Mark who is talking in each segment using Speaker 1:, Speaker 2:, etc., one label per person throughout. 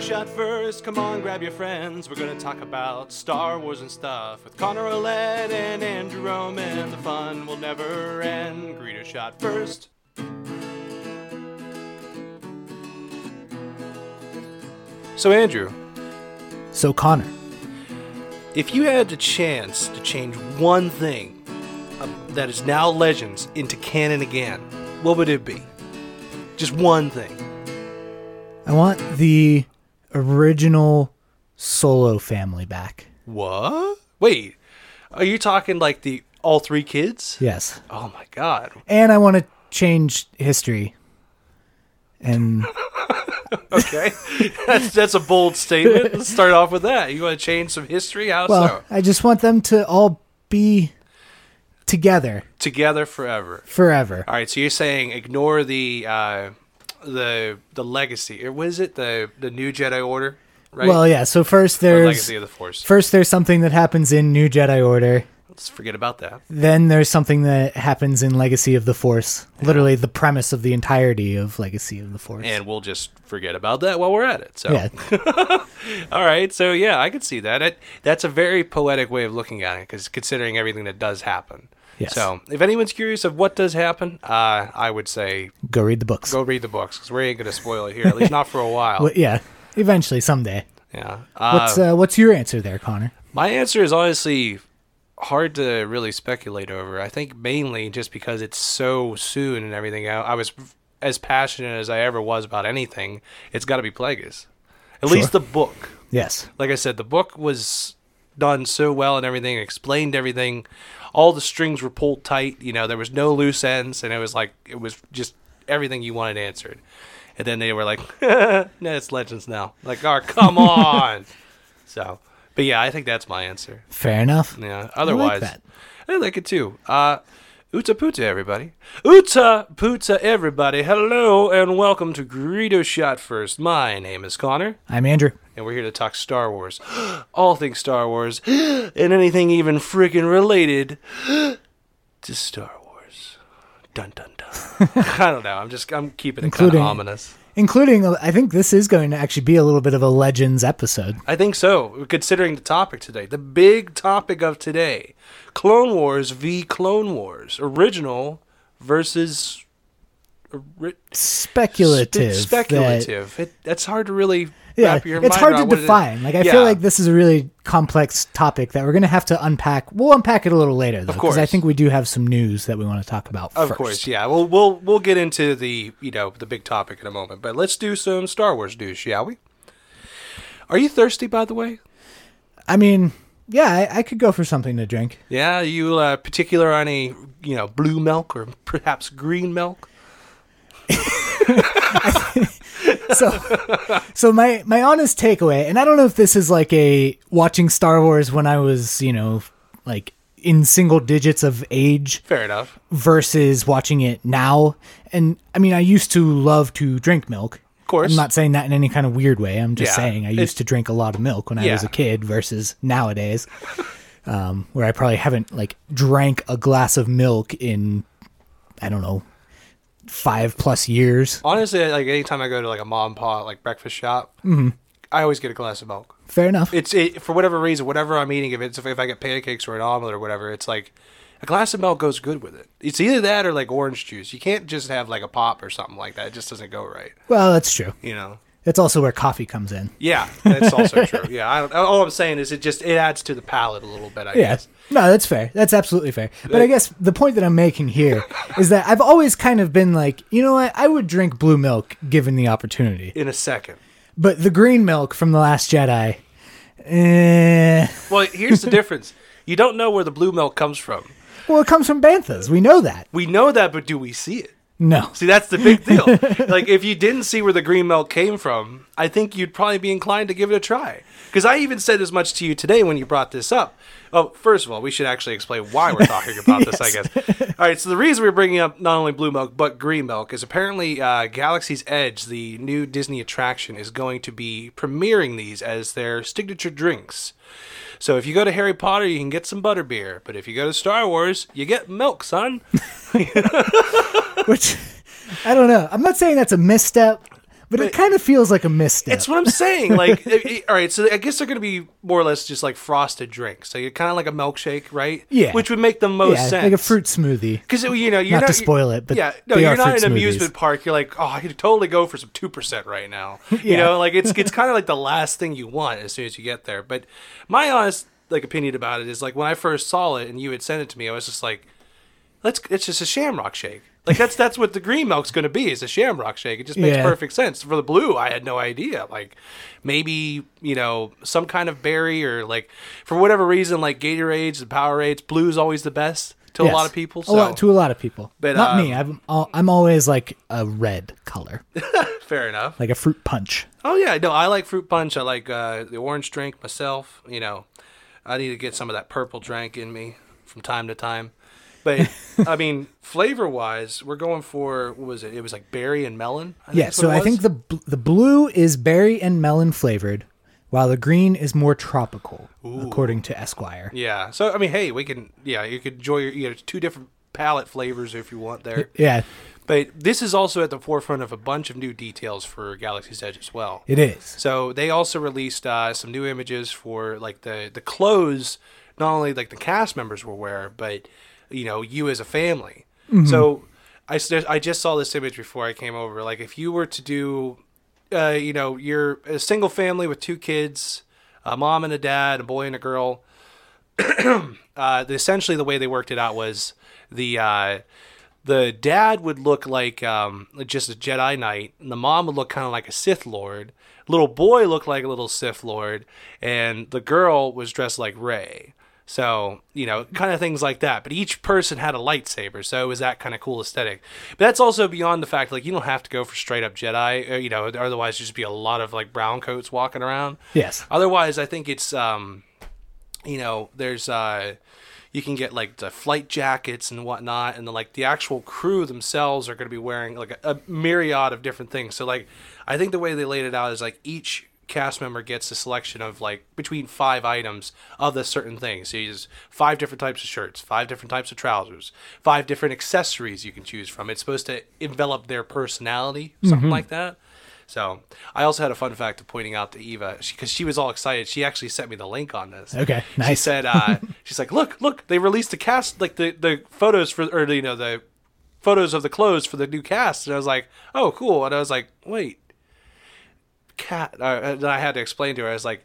Speaker 1: shot first. Come on, grab your friends. We're gonna talk about Star Wars and stuff with Connor Olette and Andrew Roman. The fun will never end. Greeter shot first. So, Andrew,
Speaker 2: So, Connor,
Speaker 1: if you had the chance to change one thing uh, that is now Legends into canon again, what would it be? Just one thing.
Speaker 2: I want the original Solo family back.
Speaker 1: What? Wait, are you talking like the all three kids?
Speaker 2: Yes.
Speaker 1: Oh my god.
Speaker 2: And I want to change history. And
Speaker 1: Okay, that's that's a bold statement. Let's start off with that. You want to change some history? How
Speaker 2: well,
Speaker 1: so?
Speaker 2: I just want them to all be together
Speaker 1: Together forever.
Speaker 2: forever.
Speaker 1: All right. So you're saying ignore the uh, the the legacy. Or what is it? The the new Jedi Order, right?
Speaker 2: Well, yeah. So first
Speaker 1: Or
Speaker 2: there's
Speaker 1: legacy of the Force.
Speaker 2: first there's something that happens in New Jedi Order.
Speaker 1: Let's forget about that.
Speaker 2: Then there's something that happens in Legacy of the Force. Literally the premise of the entirety of Legacy of the Force.
Speaker 1: And we'll just forget about that while we're at it. So,
Speaker 2: yeah.
Speaker 1: all right. So, yeah, I could see that. It, that's a very poetic way of looking at it because considering everything that does happen.
Speaker 2: Yes.
Speaker 1: So, if anyone's curious of what does happen, uh, I would say
Speaker 2: Go read the books.
Speaker 1: go read the books because we ain't going to spoil it here, at least not for a while.
Speaker 2: Well, yeah. Eventually, someday.
Speaker 1: yeah.
Speaker 2: What's uh, what's your answer there, Connor?
Speaker 1: My answer is honestly hard to really speculate over. I think mainly just because it's so soon and everything. I, I was as passionate as I ever was about anything. It's got to be Plagueis. At least the book.
Speaker 2: Yes.
Speaker 1: Like I said, the book was done so well and everything explained everything. All the strings were pulled tight. You know, there was no loose ends, and it was like it was just everything you wanted answered. And then they were like, "No, it's Legends now." Like, oh, come on. so, but yeah, I think that's my answer.
Speaker 2: Fair enough.
Speaker 1: Yeah. Otherwise, I like,
Speaker 2: that.
Speaker 1: it too. Uh, Uta puta, everybody. Uta puta, everybody. Hello and welcome to Greedo Shot First. My name is Connor,
Speaker 2: I'm Andrew.
Speaker 1: and we're here to talk Star Wars, all things Star Wars, and anything even freaking related to Star Wars. Dun dun dun. I don't know. I'm just I'm keeping it kind of
Speaker 2: Including-
Speaker 1: ominous.
Speaker 2: Including, uh, I think this is going to actually be a little bit of a Legends episode.
Speaker 1: I think so, considering the topic today. The big topic of today Clone Wars v. Clone Wars. Original versus. ori-
Speaker 2: Speculative.
Speaker 1: spe-
Speaker 2: that-
Speaker 1: speculative. It, that's hard to really
Speaker 2: yeah,
Speaker 1: wrap your
Speaker 2: it's
Speaker 1: mind
Speaker 2: hard
Speaker 1: around
Speaker 2: to
Speaker 1: what it is.
Speaker 2: define. Like, I
Speaker 1: Yeah.
Speaker 2: feel like this is a really complex topic that we're going to have to unpack. We'll unpack it a little later, though, because I
Speaker 1: course.
Speaker 2: think we do have some news that we want to talk about
Speaker 1: Of
Speaker 2: first.
Speaker 1: course, yeah. We'll, we'll we'll get into the you know the big topic in a moment, but let's do some Star Wars news, shall we? Are you thirsty, by the way?
Speaker 2: I mean, yeah, I, I could go for something to drink.
Speaker 1: Yeah, you uh, particular on any you know blue milk or perhaps green milk?
Speaker 2: so so my my honest takeaway and i don't know if this is like a watching star wars when i was you know like in single digits of age
Speaker 1: Fair enough.
Speaker 2: versus watching it now and i mean i used to love to drink milk
Speaker 1: Of course.
Speaker 2: i'm not saying that in any kind of weird way i'm just
Speaker 1: Yeah,
Speaker 2: saying i
Speaker 1: it-
Speaker 2: used to drink a lot of milk when i was
Speaker 1: Yeah.
Speaker 2: a kid versus nowadays um, where i probably haven't like drank a glass of milk in i don't know five plus years
Speaker 1: Honestly, like anytime I go to like a mom and pop like breakfast shop, I always get a glass of milk.
Speaker 2: fair enough
Speaker 1: It's it, for whatever reason, whatever I'm eating. If it's if I get pancakes or an omelet or whatever, it's like a glass of milk goes good with it. It's either that or like orange juice. You can't just have like a pop or something like that. It just doesn't go right.
Speaker 2: well that's true
Speaker 1: You know.
Speaker 2: That's also where coffee comes in.
Speaker 1: Yeah, that's also true. Yeah, I don't, all I'm saying is it just it adds to the palate a little bit. I guess.
Speaker 2: No, that's fair. That's absolutely fair. But I guess the point that I'm making here is that I've always kind of been like, you know what? I would drink blue milk given the opportunity.
Speaker 1: In a second.
Speaker 2: But the green milk from The Last Jedi, eh,
Speaker 1: Well, here's the difference. You don't know where the blue milk comes from.
Speaker 2: well, it comes from Banthas. We know that.
Speaker 1: We know that, but do we see it?
Speaker 2: No.
Speaker 1: See, that's the big deal. like, if you didn't see where the green milk came from, I think you'd probably be inclined to give it a try. Because I even said as much to you today when you brought this up. Oh, first of all, we should actually explain why we're talking about this, I guess. All right, so the reason we're bringing up not only blue milk, but green milk is apparently uh, Galaxy's Edge, the new Disney attraction, is going to be premiering these as their signature drinks. So if you go to Harry Potter, you can get some butterbeer. But if you go to Star Wars, you get milk, son.
Speaker 2: Which, I don't know. I'm not saying that's a misstep, but but, it kind of feels like a misstep.
Speaker 1: It's what I'm saying. Like, it- it- all right, so I guess they're going to be more or less just like frosted drinks. So you're kind of like a milkshake, right?
Speaker 2: Yeah.
Speaker 1: Which would make the most
Speaker 2: yeah,
Speaker 1: sense.
Speaker 2: like a fruit smoothie.
Speaker 1: Because you know you're
Speaker 2: Not
Speaker 1: not,
Speaker 2: to spoil it, but
Speaker 1: yeah, no,
Speaker 2: they
Speaker 1: you're
Speaker 2: are
Speaker 1: not
Speaker 2: fruit
Speaker 1: in an
Speaker 2: smoothies.
Speaker 1: amusement park. You're like, oh, I could totally go for some two percent right now. You
Speaker 2: Yeah.
Speaker 1: know, like it's it's kind of like the last thing you want as soon as you get there. But my honest like opinion about it is like when I first saw it and you had sent it to me, I was just like, let's. It's just a Shamrock Shake. Like that's that's what the green milk's going to be is a Shamrock Shake. It just makes
Speaker 2: Yeah.
Speaker 1: perfect sense for the blue. I had no idea. Like maybe you know some kind of berry or like for whatever reason like Gatorades and Powerades. Blue's always the best. To a lot
Speaker 2: Yes.
Speaker 1: of people,
Speaker 2: A lot-
Speaker 1: so-
Speaker 2: to a lot of people.
Speaker 1: But,
Speaker 2: Not
Speaker 1: uh,
Speaker 2: me. I'm al- I'm always like a red color,
Speaker 1: Fair enough.
Speaker 2: like a fruit punch.
Speaker 1: Oh yeah, no, I like fruit punch. I like uh, the orange drink myself. You know, I need to get some of that purple drink in me from time to time. But I mean, flavor wise, we're going for what was it? It was like berry and melon. I think
Speaker 2: Yeah.
Speaker 1: that's
Speaker 2: So
Speaker 1: what it
Speaker 2: I think
Speaker 1: was.
Speaker 2: the bl- the blue is berry and melon flavored, while the green is more tropical, according to Esquire.
Speaker 1: yeah. So I mean, hey, we can yeah, you could enjoy your you know two different palette flavors if you want there.
Speaker 2: Yeah,
Speaker 1: But this is also at the forefront of a bunch of new details for Galaxy's Edge as well.
Speaker 2: it is.
Speaker 1: So they also released uh, some new images for like the the clothes, not only like the cast members will wear, but you know you as a family. So I s- I just saw this image before I came over. Like if you were to do, uh, you know, you're a single family with two kids, a mom and a dad, a boy and a girl. uh, the- essentially, the way they worked it out was the uh, the dad would look like um, just a Jedi Knight, and the mom would look kind of like a Sith Lord. Little boy looked like a little Sith Lord, and the girl was dressed like Rey. So you know, kind of things like that. But each person had a lightsaber, so it was that kind of cool aesthetic. But that's also beyond the fact like you don't have to go for straight up Jedi, uh, you know. Otherwise, there'd just be a lot of like brown coats walking around.
Speaker 2: Yes.
Speaker 1: Otherwise, I think it's um, you know, there's uh, you can get like the flight jackets and whatnot, and then like the actual crew themselves are going to be wearing like a, a myriad of different things. So like, I think the way they laid it out is like each cast member gets a selection of like between five items of the certain things. So you use five different types of shirts, five different types of trousers, five different accessories you can choose from. It's supposed to envelop their personality, something like that. So I also had a fun fact of pointing out to Eva because she, was all excited. She actually sent me the link on this.
Speaker 2: Okay,
Speaker 1: She
Speaker 2: nice.
Speaker 1: said uh, she's like, look, look, they released the cast like the the photos for or you know the photos of the clothes for the new cast, and I was like, oh, cool, and I was like, wait, cat, uh, and then I had to explain to her, I was like.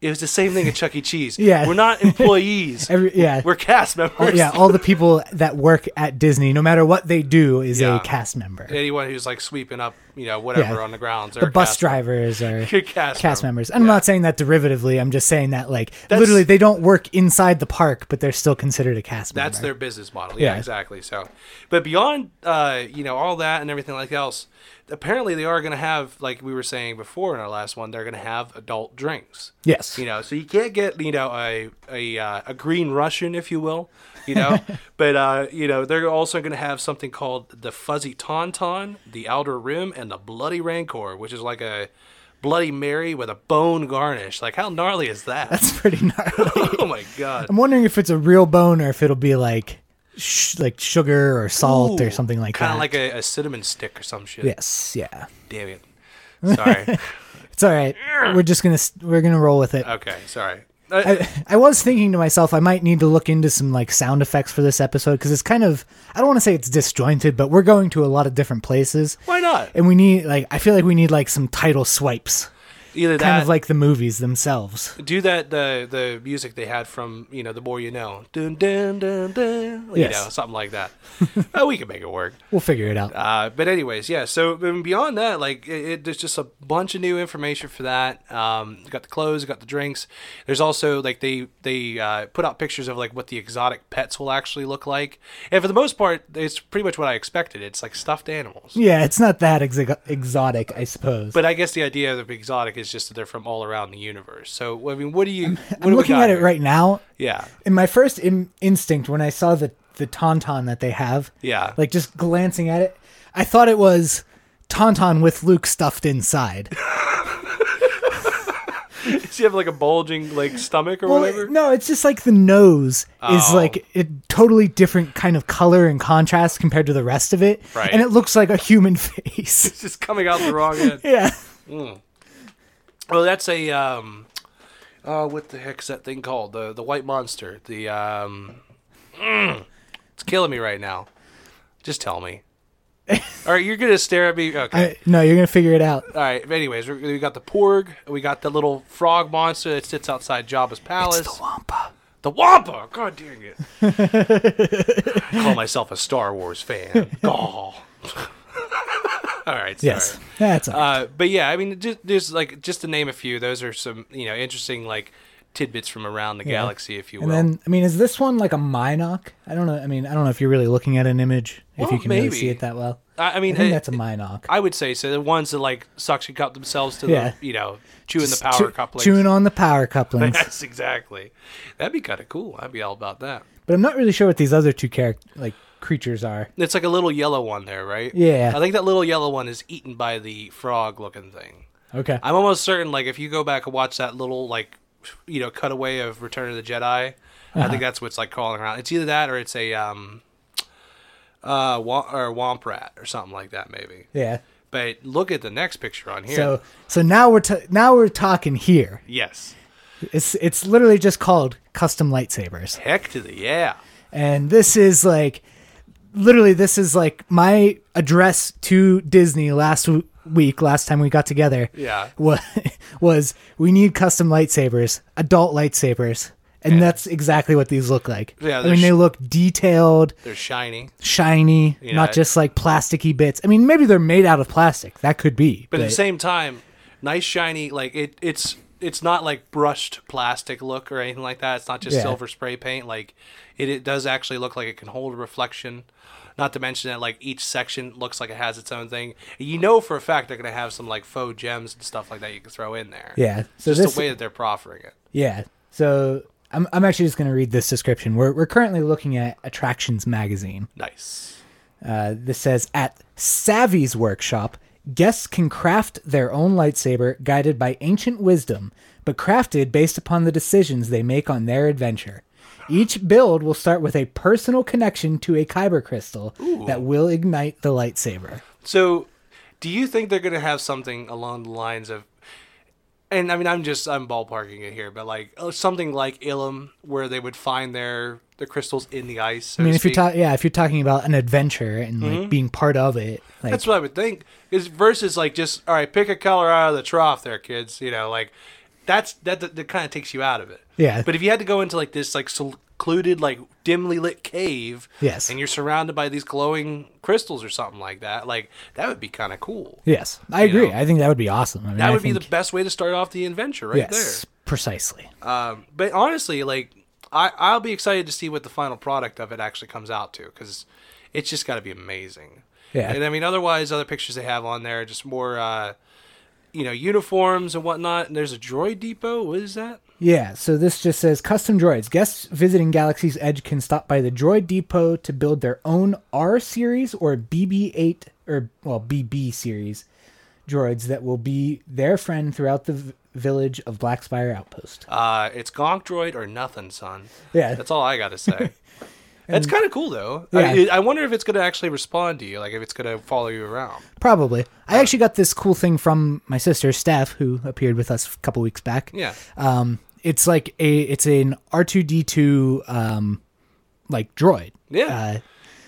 Speaker 1: It was the same thing at Chuck E. Cheese.
Speaker 2: Yeah.
Speaker 1: we're not employees.
Speaker 2: Every- yeah.
Speaker 1: we're cast members.
Speaker 2: yeah, all the people that work at Disney, no matter what they do, is
Speaker 1: Yeah.
Speaker 2: a cast member.
Speaker 1: anyone who's like sweeping up, you know, whatever
Speaker 2: Yeah.
Speaker 1: on the grounds.
Speaker 2: the bus drivers are
Speaker 1: Your cast
Speaker 2: cast
Speaker 1: member.
Speaker 2: members. I'm not saying that derivatively. I'm just saying that like
Speaker 1: That's-
Speaker 2: literally they don't work inside the park, but they're still considered a cast member.
Speaker 1: That's their business model. Yeah,
Speaker 2: Yeah.
Speaker 1: exactly. So, but beyond, uh, you know, all that and everything like else, apparently they are going to have, like we were saying before in our last one, they're going to have adult drinks.
Speaker 2: Yes.
Speaker 1: You know, so you can't get, you know, a a, uh, a green Russian, if you will, you know, but, uh, you know, they're also going to have something called the Fuzzy Tauntaun, the Outer Rim, and the Bloody Rancor, which is like a Bloody Mary with a bone garnish. Like, how gnarly is that?
Speaker 2: That's pretty gnarly.
Speaker 1: oh my God.
Speaker 2: I'm wondering if it's a real bone or if it'll be like sh- like sugar or salt or something like
Speaker 1: Kind
Speaker 2: that.
Speaker 1: of like a, a cinnamon stick or some shit.
Speaker 2: yes, yeah.
Speaker 1: Damn it. Sorry.
Speaker 2: It's all right. We're just gonna s- we're gonna roll with it.
Speaker 1: okay. Sorry. Uh,
Speaker 2: I, I was thinking to myself, I might need to look into some like sound effects for this episode because it's kind of I don't want to say it's disjointed, but we're going to a lot of different places,
Speaker 1: why not?
Speaker 2: and we need like I feel like we need like some title swipes,
Speaker 1: Either
Speaker 2: kind
Speaker 1: that,
Speaker 2: of like the movies themselves.
Speaker 1: do that the the music they had from you know the more you know, dun dun dun dun, you
Speaker 2: Yes.
Speaker 1: know something like that. uh, we can make it work.
Speaker 2: We'll figure it out.
Speaker 1: Uh, but anyways, yeah. So um, beyond that, like it, it, there's just a bunch of new information for that. Um, got the clothes, got the drinks. There's also like they they uh, put out pictures of like what the exotic pets will actually look like. And for the most part, it's pretty much what I expected. It's like stuffed animals.
Speaker 2: Yeah, it's not that exo- exotic, I suppose.
Speaker 1: But I guess the idea of the exotic is just that they're from all around the universe. So I mean, what do you? what do
Speaker 2: I'm
Speaker 1: we
Speaker 2: looking
Speaker 1: got
Speaker 2: at it
Speaker 1: here?
Speaker 2: right now,
Speaker 1: Yeah.
Speaker 2: and my first in- instinct when I saw the the tauntaun that they have,
Speaker 1: Yeah.
Speaker 2: like just glancing at it, I thought it was tauntaun with Luke stuffed inside.
Speaker 1: you have like a bulging like stomach or
Speaker 2: Well,
Speaker 1: whatever?
Speaker 2: no, it's just like the nose is
Speaker 1: Oh.
Speaker 2: like a totally different kind of color and contrast compared to the rest of it,
Speaker 1: Right.
Speaker 2: and it looks like a human face.
Speaker 1: It's just coming out the wrong end.
Speaker 2: yeah,
Speaker 1: Well, Oh, that's a um, uh, what the heck's that thing called? The the white monster. The um, mm, it's killing me right now. Just tell me. All right, you're gonna stare at me. Okay.
Speaker 2: I, no, you're gonna figure it out.
Speaker 1: All right. Anyways, we we got the porg. We got the little frog monster that sits outside Jabba's palace.
Speaker 2: It's the Wampa.
Speaker 1: The Wampa! God dang it. I call myself a Star Wars fan. Gaw. All right, sorry.
Speaker 2: Yes, that's all right.
Speaker 1: Uh, but yeah, I mean, just, just like just to name a few, those are some you know interesting like tidbits from around the galaxy, if you
Speaker 2: and
Speaker 1: will.
Speaker 2: then, I mean, is this one like a Minoc? I don't know. I mean, I don't know if you're really looking at an image if
Speaker 1: Well,
Speaker 2: you can really
Speaker 1: maybe.
Speaker 2: see it that well.
Speaker 1: I, I mean,
Speaker 2: I think
Speaker 1: it-
Speaker 2: that's a Minoc.
Speaker 1: I would say so. The ones that like suction cup themselves to
Speaker 2: Yeah.
Speaker 1: the you know chewing
Speaker 2: Just
Speaker 1: the power
Speaker 2: tu-
Speaker 1: couplings.
Speaker 2: Chewing on the power couplings.
Speaker 1: Yes, exactly. That'd be kind of cool. I'd be all about that.
Speaker 2: but I'm not really sure what these other two character like creatures are.
Speaker 1: It's like a little yellow one there, right?
Speaker 2: Yeah.
Speaker 1: I think that little yellow one is eaten by the frog-looking thing.
Speaker 2: Okay.
Speaker 1: I'm almost certain, like, if you go back and watch that little, like, you know, cutaway of Return of the Jedi, I think that's what's, like, crawling around. It's either that or it's a, um, uh, wa- or Womp Rat or something like that, maybe.
Speaker 2: yeah.
Speaker 1: But look at the next picture on here.
Speaker 2: So so now we're t- now we're talking here.
Speaker 1: yes.
Speaker 2: It's it's literally just called custom lightsabers.
Speaker 1: Heck to the yeah.
Speaker 2: And this is like literally this is like my address to Disney last w- week last time we got together.
Speaker 1: Yeah.
Speaker 2: Was was we need custom lightsabers, adult lightsabers. And that's exactly what these look like.
Speaker 1: Yeah,
Speaker 2: I
Speaker 1: they're
Speaker 2: mean
Speaker 1: sh-
Speaker 2: they look detailed,
Speaker 1: They're shiny.
Speaker 2: shiny,
Speaker 1: I-
Speaker 2: not just like plasticky bits. I mean, maybe they're made out of plastic. That could be.
Speaker 1: But, at the same time, nice shiny. Like it, it's it's not like brushed plastic look or anything like that. It's not just
Speaker 2: Yeah.
Speaker 1: silver spray paint. Like it, it does actually look like it can hold a reflection. Not to mention that like each section looks like it has its own thing. You know for a fact they're gonna have some like faux gems and stuff like that you can throw in there.
Speaker 2: yeah. So
Speaker 1: Just
Speaker 2: this,
Speaker 1: the way that they're proffering it.
Speaker 2: yeah. So I'm I'm actually just going to read this description. We're we're currently looking at Attractions magazine.
Speaker 1: Nice.
Speaker 2: Uh, this says at Savvy's workshop, guests can craft their own lightsaber guided by ancient wisdom, but crafted based upon the decisions they make on their adventure. Each build will start with a personal connection to a kyber crystal that will ignite the lightsaber.
Speaker 1: So, do you think they're going to have something along the lines of, and I mean, I'm just I'm ballparking it here, but like oh, something like Ilum, where they would find their their crystals in the ice. So
Speaker 2: I mean,
Speaker 1: to
Speaker 2: if you're
Speaker 1: speak? Mm-hmm.
Speaker 2: ta- yeah, if you're talking about an adventure and like being part of it, like
Speaker 1: that's what I would think. Is versus like just all right, pick a color out of the trough, there, kids. You know, like that's that that, that kind of takes you out of it.
Speaker 2: Yeah.
Speaker 1: But if you had to go into like this like secluded like dimly lit cave,
Speaker 2: Yes.
Speaker 1: and you're surrounded by these glowing crystals or something like that, like that would be kind of cool.
Speaker 2: yes, I
Speaker 1: You
Speaker 2: agree.
Speaker 1: know.
Speaker 2: I think that would be awesome. I mean,
Speaker 1: That
Speaker 2: I
Speaker 1: would be
Speaker 2: think,
Speaker 1: the best way to start off the adventure, right
Speaker 2: yes, precisely.
Speaker 1: there. Um, but honestly, like I, I'll be excited to see what the final product of it actually comes out to, because it's just got to be amazing.
Speaker 2: Yeah.
Speaker 1: And I mean, otherwise, other pictures they have on there are just more, uh, you know, uniforms and whatnot. And there's a droid depot. What is that?
Speaker 2: Yeah. So this just says custom droids. Guests visiting Galaxy's Edge can stop by the droid depot to build their own R series or BB8 or well BB series droids that will be their friend throughout the v- village of Blackspire Outpost.
Speaker 1: Uh, it's Gonk Droid or nothing, son.
Speaker 2: Yeah.
Speaker 1: That's all I got to say. That's kind of cool, though.
Speaker 2: Yeah.
Speaker 1: I, I wonder if it's going to actually respond to you, like if it's going to follow you around.
Speaker 2: Probably. I actually got this cool thing from my sister Steph, who appeared with us a couple weeks back.
Speaker 1: Yeah.
Speaker 2: Um, it's like a it's an R two D two um, like droid.
Speaker 1: Yeah.
Speaker 2: Uh,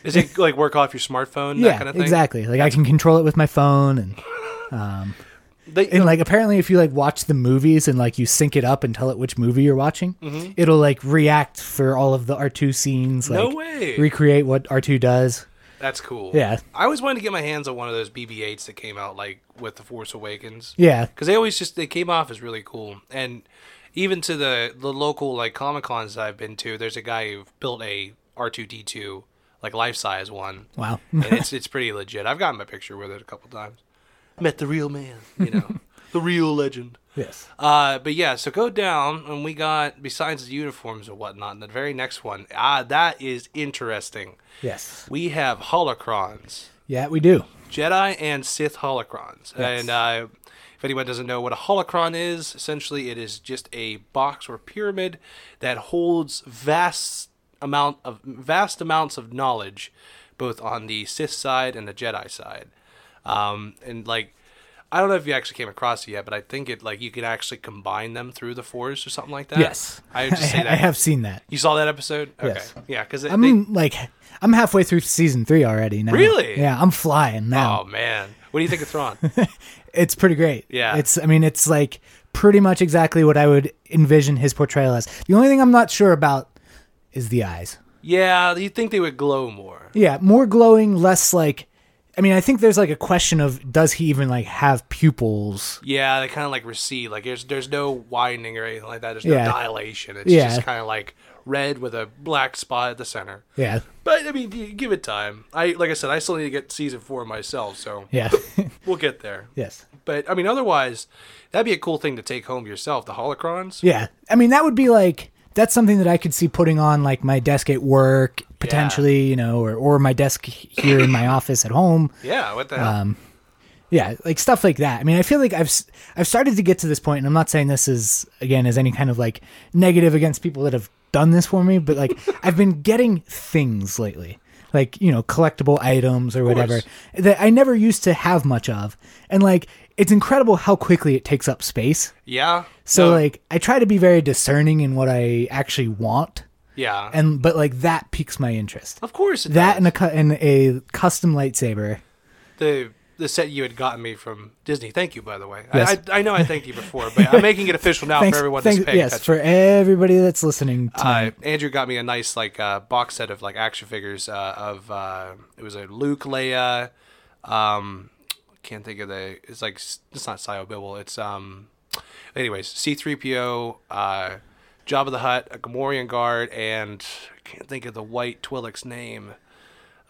Speaker 1: Is it like work off your smartphone,
Speaker 2: yeah.
Speaker 1: that kind of thing?
Speaker 2: exactly. Like I can control it with my phone and.
Speaker 1: They-
Speaker 2: And like apparently, if you like watch the movies and like you sync it up and tell it which movie you're watching, it'll like react for all of the R two scenes. Like,
Speaker 1: Mm-hmm. No way.
Speaker 2: Recreate what R two does.
Speaker 1: That's cool.
Speaker 2: Yeah.
Speaker 1: I always wanted to get my hands on one of those BB-8s that came out like with the Force Awakens.
Speaker 2: Yeah,
Speaker 1: Because they always just they came off as really cool, and even to the the local like comic cons I've been to, there's a guy who built a R2D2 like life size one.
Speaker 2: Wow.
Speaker 1: and it's it's pretty legit. I've gotten my picture with it a couple times. Met the real man, you know, the real legend.
Speaker 2: Yes.
Speaker 1: Uh, but yeah, so go down, and we got besides the uniforms and whatnot. And the very next one, ah, that is interesting.
Speaker 2: yes,
Speaker 1: We have holocrons.
Speaker 2: yeah, we do.
Speaker 1: Jedi and Sith holocrons. And uh, If anyone doesn't know what a holocron is, essentially it is just a box or pyramid that holds vast amount of vast amounts of knowledge, both on the Sith side and the Jedi side. Um, and like, I don't know if you actually came across it yet, but I think it like you can actually combine them through the Force or something like that.
Speaker 2: Yes,
Speaker 1: I would just say that.
Speaker 2: I have seen that.
Speaker 1: You saw that episode? Okay.
Speaker 2: Yes.
Speaker 1: Yeah, because
Speaker 2: I'm like, I'm halfway through season three already now.
Speaker 1: Really?
Speaker 2: Yeah, I'm flying now.
Speaker 1: Oh man, what do you think of Thrawn?
Speaker 2: It's pretty great.
Speaker 1: Yeah.
Speaker 2: It's, I mean, it's like pretty much exactly what I would envision his portrayal as. The only thing I'm not sure about is the eyes.
Speaker 1: yeah, you think they would glow more?
Speaker 2: Yeah, more glowing, less like. I mean, I think there's like a question of does he even like have pupils?
Speaker 1: Yeah, they kind of like recede. Like there's there's no widening or anything like that. There's
Speaker 2: Yeah.
Speaker 1: no dilation. It's
Speaker 2: Yeah.
Speaker 1: just kind of like red with a black spot at the center.
Speaker 2: Yeah.
Speaker 1: But I mean, you give it time. I like I said, I still need to get season four myself, so
Speaker 2: Yeah.
Speaker 1: we'll get there.
Speaker 2: yes.
Speaker 1: But I mean, otherwise, that'd be a cool thing to take home yourself. The holocrons.
Speaker 2: Yeah. I mean, that would be like that's something that I could see putting on like my desk at work potentially, you know, or or my desk here in my office at home.
Speaker 1: Yeah. What the hell?
Speaker 2: Um, Yeah, like stuff like that. I mean, I feel like I've s- I've started to get to this point, and I'm not saying this is again as any kind of like negative against people that have done this for me, but like I've been getting things lately, like you know collectible items or whatever
Speaker 1: course.
Speaker 2: that I never used to have much of, and like it's incredible how quickly it takes up space.
Speaker 1: yeah.
Speaker 2: So
Speaker 1: No,
Speaker 2: like I try to be very discerning in what I actually want,
Speaker 1: Yeah.
Speaker 2: and but like that piques my interest.
Speaker 1: of course. It
Speaker 2: That
Speaker 1: does.
Speaker 2: and a cu- and a custom lightsaber.
Speaker 1: the the set you had gotten me from Disney. Thank you, by the way.
Speaker 2: Yes.
Speaker 1: I, I, I know I thanked you before, but I'm making it official now
Speaker 2: Thanks,
Speaker 1: for everyone
Speaker 2: thanks,
Speaker 1: that's paying
Speaker 2: yes,
Speaker 1: attention.
Speaker 2: for everybody that's listening. To
Speaker 1: Uh, Andrew got me a nice like uh, box set of like action figures uh, of uh, it was a Luke, Leia. Um, can't think of the. It's like s- it's not Sio Bibble. It's um. Anyways, C-3PO, uh, Jabba the Hutt, a Gamorrean guard, and I can't think of the white Twi'lek's name.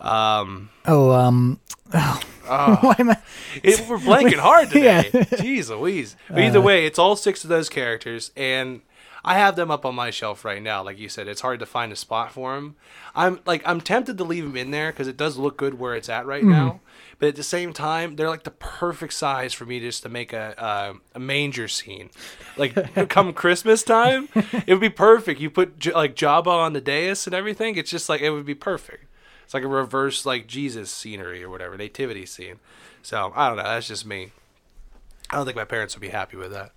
Speaker 1: Um,
Speaker 2: Oh, um,
Speaker 1: Ah.
Speaker 2: oh. why am I?
Speaker 1: It, we're blanking hard today. Jeez Louise. But either way, it's all six of those characters, and I have them up on my shelf right now. Like you said, it's hard to find a spot for them. I'm like I'm tempted to leave them in there because it does look good where it's at right now. But at the same time, they're like the perfect size for me just to make a uh, a manger scene. Like come Christmas time, it would be perfect. You put J- like Jabba on the dais and everything. It's just like it would be perfect. It's like a reverse like Jesus scenery or whatever, nativity scene. So I don't know. That's just me. I don't think my parents would be happy with that.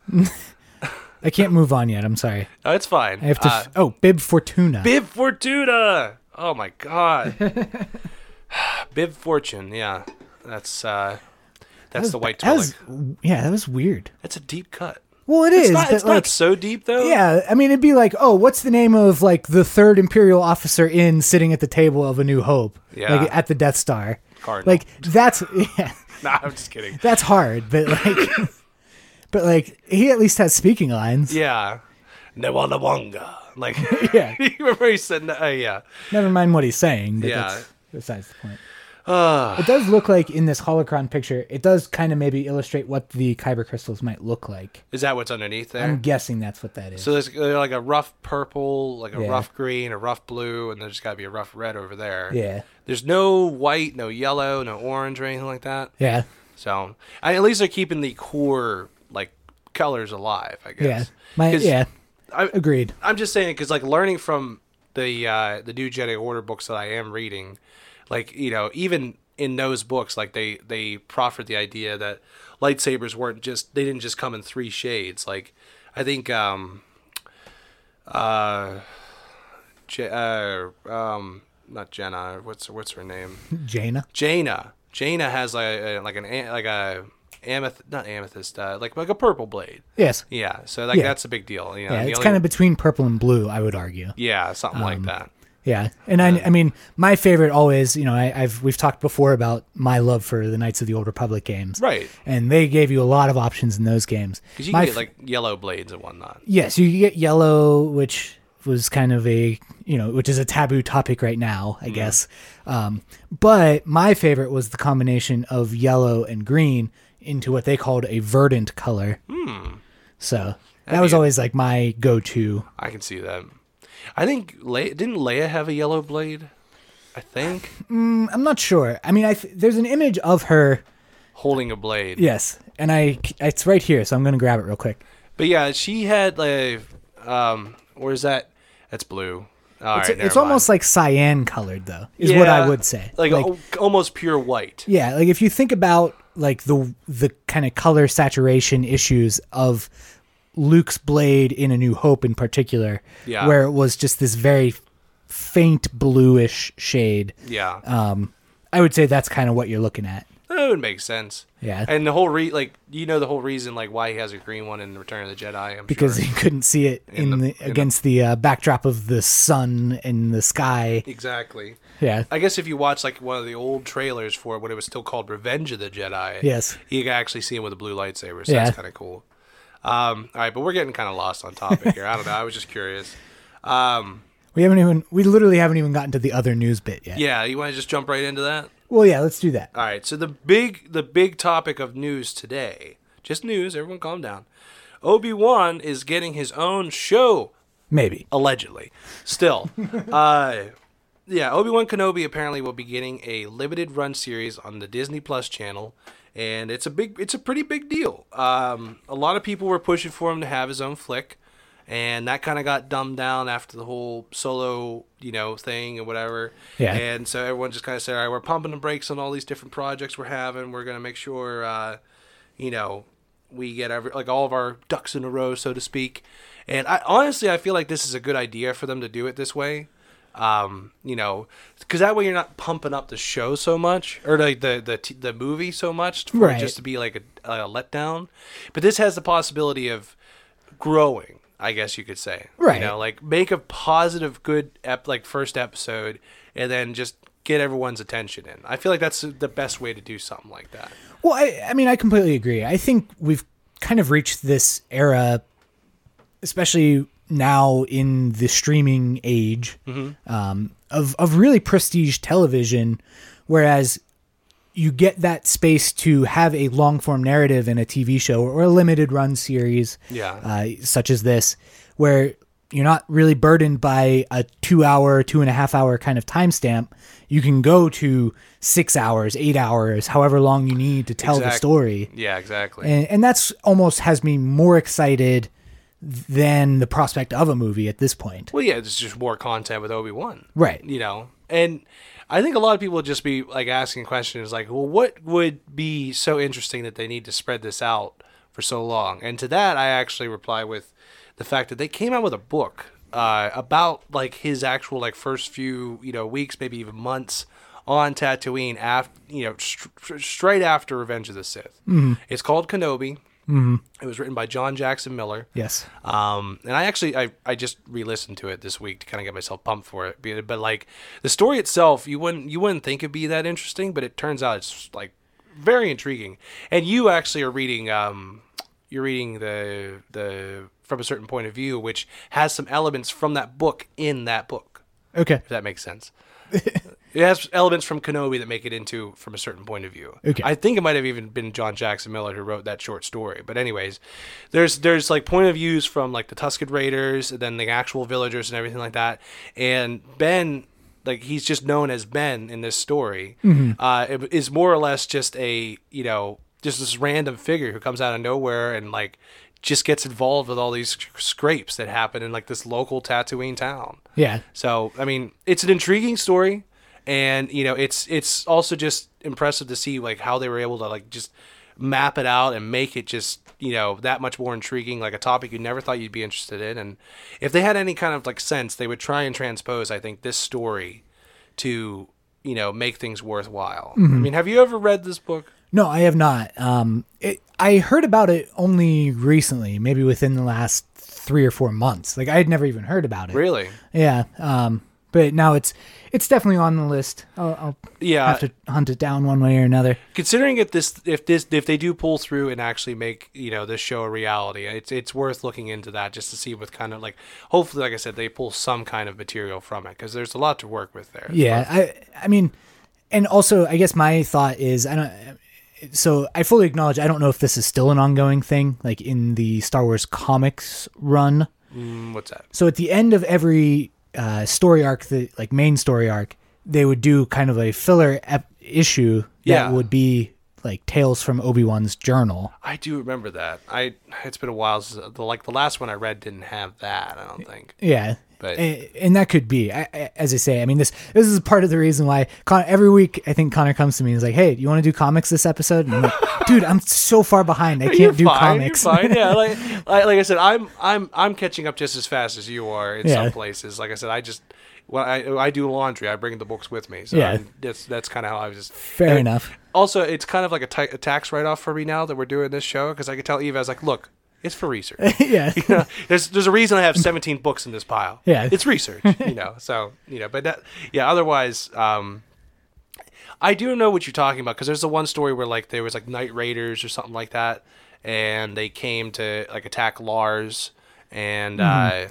Speaker 2: I can't move on yet. I'm sorry.
Speaker 1: No, it's fine.
Speaker 2: I have to.
Speaker 1: Uh,
Speaker 2: f- oh, Bib Fortuna.
Speaker 1: Bib Fortuna. Oh my god. Bib Fortune. Yeah, that's uh, that's the white
Speaker 2: that
Speaker 1: Twi'lek.
Speaker 2: was, Yeah, that was weird.
Speaker 1: that's a deep cut.
Speaker 2: Well, it
Speaker 1: It's
Speaker 2: is,
Speaker 1: not.
Speaker 2: but
Speaker 1: It's
Speaker 2: like,
Speaker 1: not so deep though.
Speaker 2: yeah. I mean, it'd be like, oh, what's the name of like the third Imperial officer in sitting at the table of A New Hope?
Speaker 1: Yeah.
Speaker 2: Like at the Death Star.
Speaker 1: Cardinal.
Speaker 2: Like that's yeah,
Speaker 1: Nah, I'm just kidding.
Speaker 2: that's hard, but like, but like he at least has speaking lines.
Speaker 1: Yeah. Newanawanga. Like.
Speaker 2: Yeah.
Speaker 1: you remember he said that? Uh, yeah.
Speaker 2: Never mind what he's saying. But
Speaker 1: Yeah. Ah.
Speaker 2: That's besides the point. it does look like in this holocron picture, it does kind of maybe illustrate what the kyber crystals might look like.
Speaker 1: Is that what's underneath there?
Speaker 2: I'm guessing that's what that is.
Speaker 1: Mm. So there's uh, like a rough purple, like a
Speaker 2: Yeah.
Speaker 1: rough green, a rough blue, and there's got to be a rough red over there.
Speaker 2: Yeah.
Speaker 1: There's no white, no yellow, no orange, or anything like that.
Speaker 2: yeah.
Speaker 1: So I, at least they're keeping the core like colors alive. I guess.
Speaker 2: Yeah. My
Speaker 1: 'Cause
Speaker 2: yeah.
Speaker 1: I,
Speaker 2: Agreed.
Speaker 1: I'm just saying because like learning from the uh, the new Jedi Order books that I am reading, like you know even in those books like they they proffered the idea that lightsabers weren't just they didn't just come in three shades. Like I think um uh, Je- uh um not Jenna what's what's her name
Speaker 2: Jaina.
Speaker 1: Jaina. Jaina has a, a like an a- like a amethyst, not amethyst, uh, like like a purple blade.
Speaker 2: Yes. Yeah.
Speaker 1: Yeah, so like
Speaker 2: Yeah.
Speaker 1: that's a big deal. You know, the
Speaker 2: it's
Speaker 1: only-
Speaker 2: kind of between purple and blue, I would argue.
Speaker 1: yeah, something
Speaker 2: Um,
Speaker 1: like that.
Speaker 2: Yeah, and I, I mean, my favorite always, you know, I, I've we've talked before about my love for the Knights of the Old Republic games,
Speaker 1: Right.
Speaker 2: And they gave you a lot of options in those games.
Speaker 1: Because you
Speaker 2: My
Speaker 1: can get
Speaker 2: f-
Speaker 1: like yellow blades and whatnot.
Speaker 2: Yes, you get yellow, which was kind of a you know, which is a taboo topic right now,
Speaker 1: Mm-hmm.
Speaker 2: I guess. Um, but my favorite was the combination of yellow and green into what they called a verdant color. Hmm. So that was
Speaker 1: be-
Speaker 2: always like my go-to.
Speaker 1: I can see that. I think Le- didn't Leia have a yellow blade? I think
Speaker 2: I'm not sure. I mean, I th- there's an image of her.
Speaker 1: holding a blade.
Speaker 2: Yes, and I it's right here, so I'm gonna grab it real quick.
Speaker 1: But yeah, she had like, um, where's that? That's blue. All
Speaker 2: It's,
Speaker 1: right,
Speaker 2: it's
Speaker 1: never
Speaker 2: almost
Speaker 1: mind.
Speaker 2: like cyan colored though, is what I
Speaker 1: Yeah,
Speaker 2: would say.
Speaker 1: like, al- almost pure white.
Speaker 2: Yeah, like if you think about like the the kind of color saturation issues of Luke's blade in A New Hope in particular,
Speaker 1: Yeah.
Speaker 2: where it was just this very faint bluish shade.
Speaker 1: Yeah,
Speaker 2: Um, I would say that's kind of what you're looking at.
Speaker 1: that would make sense.
Speaker 2: Yeah.
Speaker 1: and the whole re like you know the whole reason like why he has a green one in Return of the Jedi. I'm
Speaker 2: Because
Speaker 1: sure.
Speaker 2: you couldn't see it in,
Speaker 1: the-
Speaker 2: the,
Speaker 1: in the-
Speaker 2: against the uh, backdrop of the sun and the sky.
Speaker 1: exactly.
Speaker 2: Yeah,
Speaker 1: I guess if you watch like one of the old trailers for it when it was still called Revenge of the Jedi,
Speaker 2: Yes.
Speaker 1: you can actually see him with a blue lightsaber. So
Speaker 2: Yeah.
Speaker 1: that's kind of cool. Um, all right, but we're getting kind of lost on topic here. I don't know. I was just curious. Um,
Speaker 2: we haven't even we literally haven't even gotten to the other news bit yet.
Speaker 1: yeah, you want to just jump right into that?
Speaker 2: Well, yeah, let's do that.
Speaker 1: All right. So the big the big topic of news today, just news. Everyone, calm down. Obi Wan is getting his own show
Speaker 2: Maybe.
Speaker 1: allegedly. Still, uh, yeah, Obi Wan Kenobi apparently will be getting a limited run series on the Disney Plus channel, and it's a big, it's a pretty big deal. Um, a lot of people were pushing for him to have his own flick, and that kind of got dumbed down after the whole solo, you know, thing and whatever.
Speaker 2: Yeah.
Speaker 1: And so everyone just kind of said, "All right, we're pumping the brakes on all these different projects we're having. We're gonna make sure." Uh, you know, we get every like all of our ducks in a row, so to speak. And I honestly, I feel like this is a good idea for them to do it this way. Um, you know, because that way you're not pumping up the show so much, or like the the t- the movie so much, for it
Speaker 2: Right.
Speaker 1: just to be like a, a letdown. But this has the possibility of growing, I guess you could say.
Speaker 2: Right.
Speaker 1: You know, like make a positive, good ep- like first episode, and then just get everyone's attention in. I feel like that's the best way to do something like that.
Speaker 2: Well, I, I mean, I completely agree. I think we've kind of reached this era, especially now in the streaming age,
Speaker 1: Mm-hmm.
Speaker 2: um, of of really prestige television. Whereas you get that space to have a long form narrative in a TV show or a limited run series,
Speaker 1: Yeah.
Speaker 2: uh, such as this, where you're not really burdened by a two hour, two and a half hour kind of timestamp. You can go to six hours, eight hours, however long you need to tell the
Speaker 1: Exact-
Speaker 2: story.
Speaker 1: Yeah, exactly.
Speaker 2: And, and that's almost has me more excited than the prospect of a movie at this point.
Speaker 1: Well, yeah, it's just more content with Obi Wan,
Speaker 2: Right.
Speaker 1: You know, and I think a lot of people would just be like asking questions like, "Well, what would be so interesting that they need to spread this out for so long?" And to that, I actually reply with the fact that they came out with a book uh, about like his actual like first few you know weeks, maybe even months on Tatooine after you know str str- straight after Revenge of the Sith.
Speaker 2: Mm-hmm.
Speaker 1: It's called Kenobi. Mm-hmm. It was written by John Jackson Miller.
Speaker 2: Yes.
Speaker 1: Um, and I actually I, I just re-listened to it this week to kind of get myself pumped for it. But, but, like the story itself, you wouldn't you wouldn't think it'd be that interesting, but it turns out it's like very intriguing. And you actually are reading um, you're reading the the from a certain point of view, which has some elements from that book in that book.
Speaker 2: Okay.
Speaker 1: If that makes sense. it has elements from Kenobi that make it into from a certain point of view.
Speaker 2: Okay.
Speaker 1: I think it might have even been John Jackson Miller who wrote that short story. But anyways, there's there's like point of views from like the Tusken Raiders, and then the actual villagers and everything like that. And Ben, like he's just known as Ben in this story,
Speaker 2: Mm-hmm.
Speaker 1: uh, it is more or less just a you know just this random figure who comes out of nowhere and like just gets involved with all these scrapes that happen in like this local Tatooine town.
Speaker 2: Yeah.
Speaker 1: So I mean, it's an intriguing story, and you know, it's it's also just impressive to see like how they were able to like just map it out and make it just you know that much more intriguing, like a topic you never thought you'd be interested in. And if they had any kind of like sense, they would try and transpose. I think this story to you know make things worthwhile.
Speaker 2: Mm-hmm.
Speaker 1: I mean, have you ever read this book?
Speaker 2: No, I have not. Um, it, I heard about it only recently, maybe within the last three or four months. Like I had never even heard about it.
Speaker 1: Really?
Speaker 2: Yeah. Um, but now it's it's definitely on the list. I'll, I'll
Speaker 1: Yeah.
Speaker 2: have to hunt it down one way or another.
Speaker 1: considering if this if this if they do pull through and actually make you know this show a reality it's it's worth looking into that just to see what kind of like hopefully like i said they pull some kind of material from it because there's a lot to work with there
Speaker 2: Yeah. I I mean, and also I guess my thought is I don't. So I fully acknowledge I don't know if this is still an ongoing thing, like in the Star Wars comics run.
Speaker 1: Mm, what's that
Speaker 2: So at the end of every uh, story arc, the like main story arc, they would do kind of a filler ep- issue that
Speaker 1: Yeah.
Speaker 2: would be like tales from Obi-Wan's journal.
Speaker 1: I do remember that. I it's been a while since the like the last one I read didn't have that. I don't think.
Speaker 2: Yeah.
Speaker 1: But-
Speaker 2: A- and that could be, I- I- as I say, I mean, this this is part of the reason why Con- every week I think Connor comes to me and is like, "Hey, do you want to do comics this episode?" And I'm like, "Dude, I'm so far behind. I can't do
Speaker 1: fine,
Speaker 2: comics."
Speaker 1: You're fine. Yeah, like, like like I said, I'm I'm I'm catching up just as fast as you are in
Speaker 2: Yeah.
Speaker 1: some places. Like I said, I just well, I I do laundry. I bring the books with me. So
Speaker 2: Yeah.
Speaker 1: I'm- that's that's kind of how I was. Just,
Speaker 2: Fair
Speaker 1: and
Speaker 2: enough.
Speaker 1: Also, it's kind of like a ti- a tax write off for me now that we're doing this show because I could tell Eva I was like, look, it's for research.
Speaker 2: yeah.
Speaker 1: You know, there's there's a reason I have 17 books in this pile.
Speaker 2: Yeah.
Speaker 1: it's research. You know, so you know, but that yeah. Otherwise, um, I do know what you're talking about because there's the one story where like there was like night raiders or something like that, and they came to like attack Lars, and
Speaker 2: Mm-hmm.
Speaker 1: uh,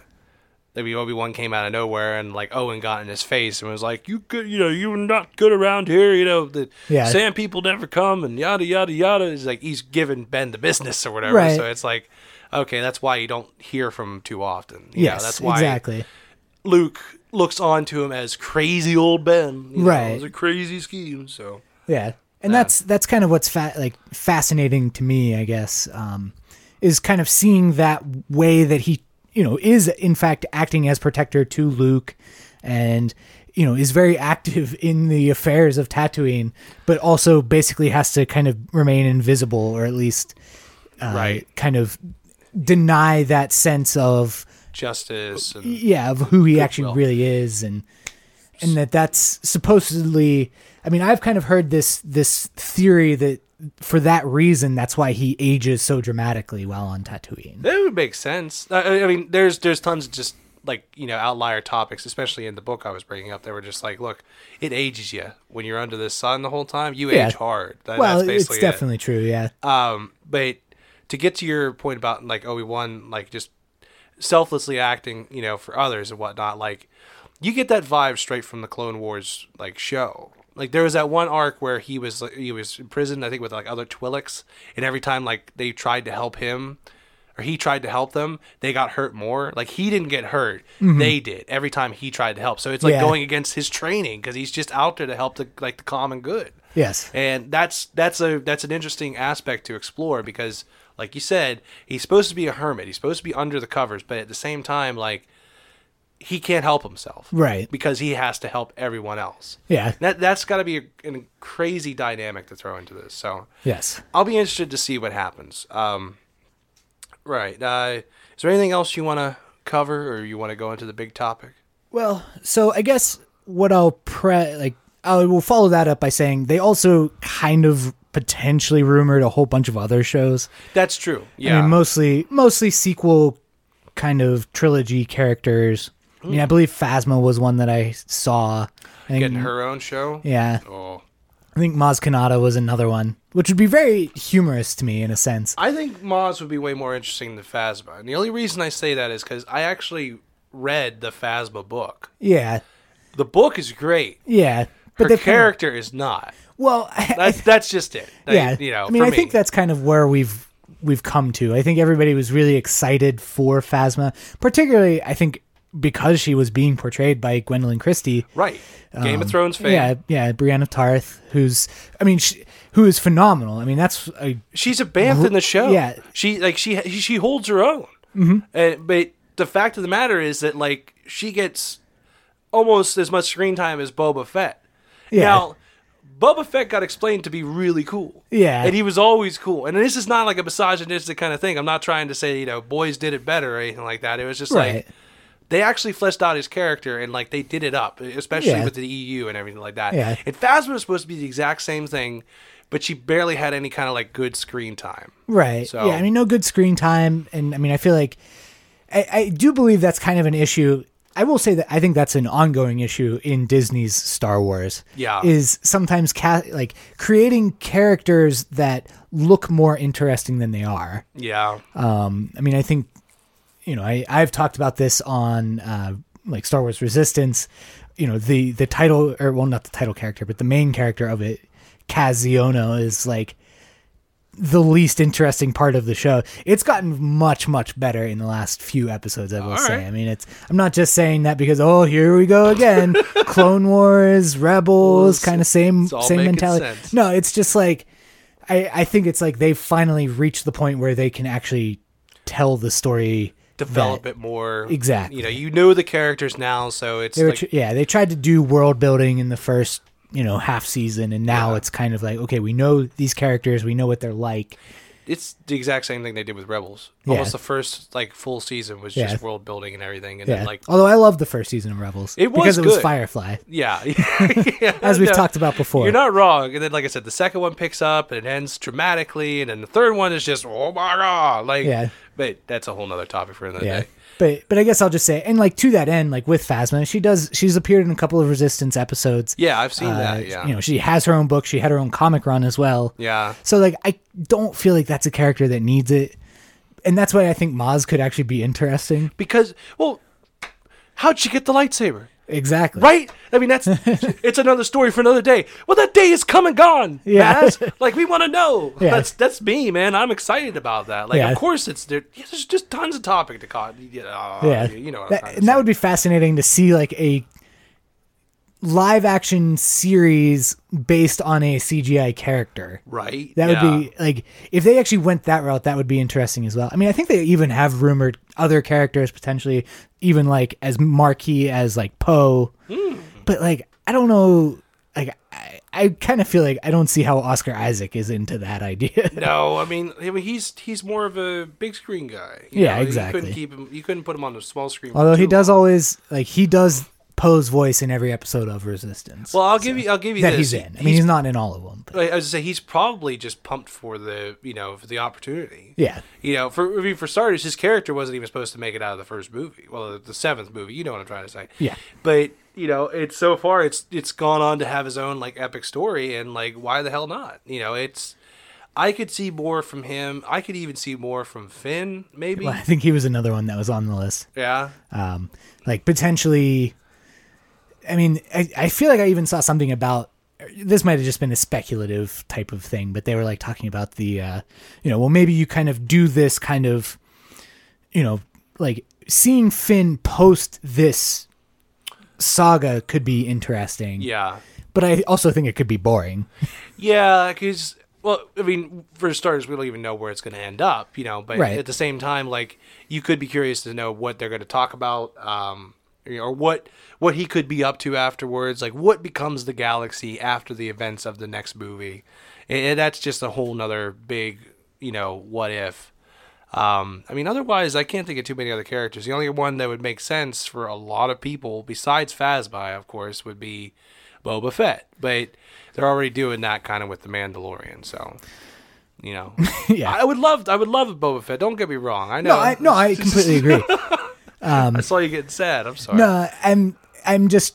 Speaker 1: maybe Obi Wan came out of nowhere and like Owen got in his face and was like, "You good, you know, you're not good around here. You know, the
Speaker 2: Yeah.
Speaker 1: sand people never come and yada yada yada." He's like, he's giving Ben the business or whatever.
Speaker 2: Right.
Speaker 1: So it's like, okay, that's why you don't hear from him too often. You know,
Speaker 2: yes.
Speaker 1: that's why
Speaker 2: exactly.
Speaker 1: Luke looks on to him as crazy old Ben. you know,
Speaker 2: Right.
Speaker 1: it's a crazy scheme. So
Speaker 2: Yeah, and that's that's kind of what's fa- like fascinating to me, I guess, um, is kind of seeing that way that he, you know, is in fact acting as protector to Luke, and you know is very active in the affairs of Tatooine, but also basically has to kind of remain invisible or at least uh,
Speaker 1: Right.
Speaker 2: kind of deny that sense of
Speaker 1: justice and
Speaker 2: yeah of who he actually
Speaker 1: Goodwill.
Speaker 2: really is and and that that's supposedly i mean i've kind of heard this this theory that for that reason that's why he ages so dramatically while on tatooine
Speaker 1: That would make sense. I, I mean, there's there's tons of just like you know outlier topics, especially in the book I was bringing up. They were just like, look, it ages you when you're under the sun the whole time. You
Speaker 2: Yeah.
Speaker 1: age hard. That-
Speaker 2: well
Speaker 1: that's
Speaker 2: it's
Speaker 1: basically it.
Speaker 2: definitely true yeah
Speaker 1: Um, but to get to your point about like Obi Wan, like just selflessly acting, you know, for others and whatnot, like you get that vibe straight from the Clone Wars like show. Like there was that one arc where he was like, he was imprisoned, I think, with like other Twi'leks, and every time like they tried to help him. Or he tried to help them, they got hurt more. Like he didn't get hurt, they did every time he tried to help. So it's like
Speaker 2: Yeah.
Speaker 1: going against his training because he's just out there to help the like the common good
Speaker 2: yes
Speaker 1: and that's that's a that's an interesting aspect to explore because like you said he's supposed to be a hermit he's supposed to be under the covers but at the same time like he can't help himself
Speaker 2: Right.
Speaker 1: because he has to help everyone else
Speaker 2: yeah
Speaker 1: that that's got to be a, a crazy dynamic to throw into this so
Speaker 2: yes
Speaker 1: i'll be interested to see what happens um right uh is there anything else you want to cover or you want to go into the big topic
Speaker 2: Well, so I guess what I'll pre like I will follow that up by saying they also kind of potentially rumored a whole bunch of other shows.
Speaker 1: that's true yeah
Speaker 2: I mean, mostly mostly sequel kind of trilogy characters. I
Speaker 1: Mm.
Speaker 2: mean, I believe Phasma was one that I saw. I think,
Speaker 1: getting her own show
Speaker 2: Yeah,
Speaker 1: oh
Speaker 2: I think Maz Kanata was another one, which would be very humorous to me in a sense.
Speaker 1: I think Moz would be way more interesting than Phasma. And the only reason I say that is because I actually read the Phasma book.
Speaker 2: Yeah,
Speaker 1: The book is great.
Speaker 2: yeah, but
Speaker 1: Her
Speaker 2: they've kind of-
Speaker 1: character is not.
Speaker 2: well, I, I
Speaker 1: That's that's just it. I-
Speaker 2: yeah,
Speaker 1: you know.
Speaker 2: I mean,
Speaker 1: for
Speaker 2: I
Speaker 1: me.
Speaker 2: think that's kind of where we've we've come to. I think everybody was really excited for Phasma, particularly I think because she was being portrayed by Gwendolyn Christie.
Speaker 1: right. Game of Thrones fan.
Speaker 2: um, Yeah, yeah, Brianna Tarth, who's I mean, she, who is phenomenal. I mean, that's a
Speaker 1: She's a Banth in the show.
Speaker 2: yeah.
Speaker 1: She like she she holds her own. Mm-hmm. And, but the fact of the matter is that like she gets almost as much screen time as Boba Fett.
Speaker 2: yeah,
Speaker 1: Now, Boba Fett got explained to be really cool.
Speaker 2: Yeah.
Speaker 1: And he was always cool. And this is not like a misogynistic kind of thing. I'm not trying to say, you know, boys did it better or anything like that. It was just
Speaker 2: right.
Speaker 1: like they actually fleshed out his character and like they did it up, especially
Speaker 2: Yeah.
Speaker 1: with the EU and everything like that.
Speaker 2: Yeah.
Speaker 1: And Phasma was supposed to be the exact same thing, but she barely had any kind of like good screen time.
Speaker 2: Right.
Speaker 1: So-
Speaker 2: Yeah. I mean, no good screen time, and I mean, I feel like I, I do believe that's kind of an issue. I will say that I think that's an ongoing issue in Disney's Star Wars.
Speaker 1: Yeah.
Speaker 2: Is sometimes ca- like creating characters that look more interesting than they are.
Speaker 1: Yeah.
Speaker 2: Um, I mean, I think, you know, I, I've talked about this on uh, like Star Wars Resistance. You know, the the title, or well, not the title character, but the main character of it, Casiono, is like the least interesting part of the show. It's gotten much much better in the last few episodes. I will say.
Speaker 1: right.
Speaker 2: I mean, it's I'm not just saying that because oh here we go again, Clone Wars, Rebels,
Speaker 1: Well,
Speaker 2: kind of same
Speaker 1: it's all
Speaker 2: same
Speaker 1: making
Speaker 2: mentality.
Speaker 1: sense.
Speaker 2: No, it's just like I, I think it's like they've finally reached the point where they can actually tell the story.
Speaker 1: develop
Speaker 2: that-
Speaker 1: it more.
Speaker 2: Exactly.
Speaker 1: You know, you know the characters now, so it's
Speaker 2: They were
Speaker 1: like,
Speaker 2: tr- yeah, they tried to do world building in the first you know half season, and now it's kind of like okay, we know these characters, we know what they're like.
Speaker 1: it's the exact same thing they did with Rebels.
Speaker 2: Yeah.
Speaker 1: Almost the first like full season was
Speaker 2: Yeah.
Speaker 1: just world building and everything, and
Speaker 2: Yeah.
Speaker 1: then like
Speaker 2: Although I love the first season of Rebels,
Speaker 1: It was
Speaker 2: because it was
Speaker 1: good.
Speaker 2: Firefly,
Speaker 1: yeah, yeah.
Speaker 2: as we've
Speaker 1: No.
Speaker 2: talked about before.
Speaker 1: You're not wrong. And then, like I said, the second one picks up and it ends dramatically, and then the third one is just oh my god, like.
Speaker 2: Yeah.
Speaker 1: But that's a whole nother topic for another
Speaker 2: yeah.
Speaker 1: day.
Speaker 2: But but I guess I'll just say, and like to that end, like with Phasma, she does she's appeared in a couple of Resistance episodes.
Speaker 1: Yeah, I've seen
Speaker 2: Uh,
Speaker 1: that. Yeah.
Speaker 2: You know, she has her own book. She had her own comic run as well.
Speaker 1: yeah.
Speaker 2: So like, I don't feel like that's a character that needs it, and that's why I think Maz could actually be interesting.
Speaker 1: Because well, how'd she get the lightsaber?
Speaker 2: Exactly.
Speaker 1: Right? I mean, that's it's another story for another day. Well, that day is come and gone.
Speaker 2: Yeah.
Speaker 1: Yeah. Like we want to know.
Speaker 2: Yeah.
Speaker 1: That's that's me, man. I'm excited about that. Like,
Speaker 2: Yeah.
Speaker 1: of course, it's there. yeah, there's just tons of topic to call. Yeah.
Speaker 2: Yeah.
Speaker 1: Oh, You know. What
Speaker 2: That-
Speaker 1: I'm trying to
Speaker 2: and that
Speaker 1: say.
Speaker 2: would be fascinating to see like a live action series based on a CGI character.
Speaker 1: right.
Speaker 2: That
Speaker 1: Yeah.
Speaker 2: would be like if they actually went that route, that would be interesting as well. I mean, I think they even have rumored other characters potentially, even like as marquee as like Poe.
Speaker 1: Hmm.
Speaker 2: But like, I don't know. Like, I, I kind of feel like I don't see how Oscar Isaac is into that idea.
Speaker 1: No, I mean, I mean, he's he's more of a big screen guy. you
Speaker 2: Yeah,
Speaker 1: know? You
Speaker 2: exactly.
Speaker 1: couldn't keep him. You couldn't put him on a small screen. for
Speaker 2: Although he
Speaker 1: too
Speaker 2: does
Speaker 1: long.
Speaker 2: always like he does Poe's voice in every episode of Resistance
Speaker 1: Well, I'll give you. I'll give you
Speaker 2: that
Speaker 1: this.
Speaker 2: he's in. I mean, he's, not in all of them. But
Speaker 1: I I was gonna say he's probably just pumped for the you know for the opportunity.
Speaker 2: yeah,
Speaker 1: You know, for I mean, for starters, his character wasn't even supposed to make it out of the first movie. Well, the, the seventh movie. You know what I'm trying to say.
Speaker 2: Yeah.
Speaker 1: But you know, it's so far it's it's gone on to have his own like epic story, and like why the hell not? You know, it's. I could see more from him. I could even see more from Finn, maybe.
Speaker 2: well, I think he was another one that was on the list.
Speaker 1: Yeah.
Speaker 2: um, like potentially i mean I, I feel like i even saw something about this might have just been a speculative type of thing but they were like talking about the uh, you know well maybe you kind of do this kind of you know like seeing finn post this saga could be interesting
Speaker 1: Yeah.
Speaker 2: but i also think it could be boring
Speaker 1: Yeah, because well, I mean, for starters, we don't even know where it's going to end up, you know. But
Speaker 2: Right.
Speaker 1: at the same time, like you could be curious to know what they're going to talk about, um, you know, or what what he could be up to afterwards. Like what becomes the galaxy after the events of the next movie, and, and that's just a whole nother big, you know, what if. Um, I mean, otherwise, I can't think of too many other characters. The only one that would make sense for a lot of people, besides Phasma, of course, would be Boba Fett. But they're already doing that kind of with the Mandalorian, so you know,
Speaker 2: Yeah.
Speaker 1: I would love, I would love a Boba Fett. Don't get me wrong. I know.
Speaker 2: no i no i completely agree
Speaker 1: I saw you getting sad. I'm sorry.
Speaker 2: no i'm i'm just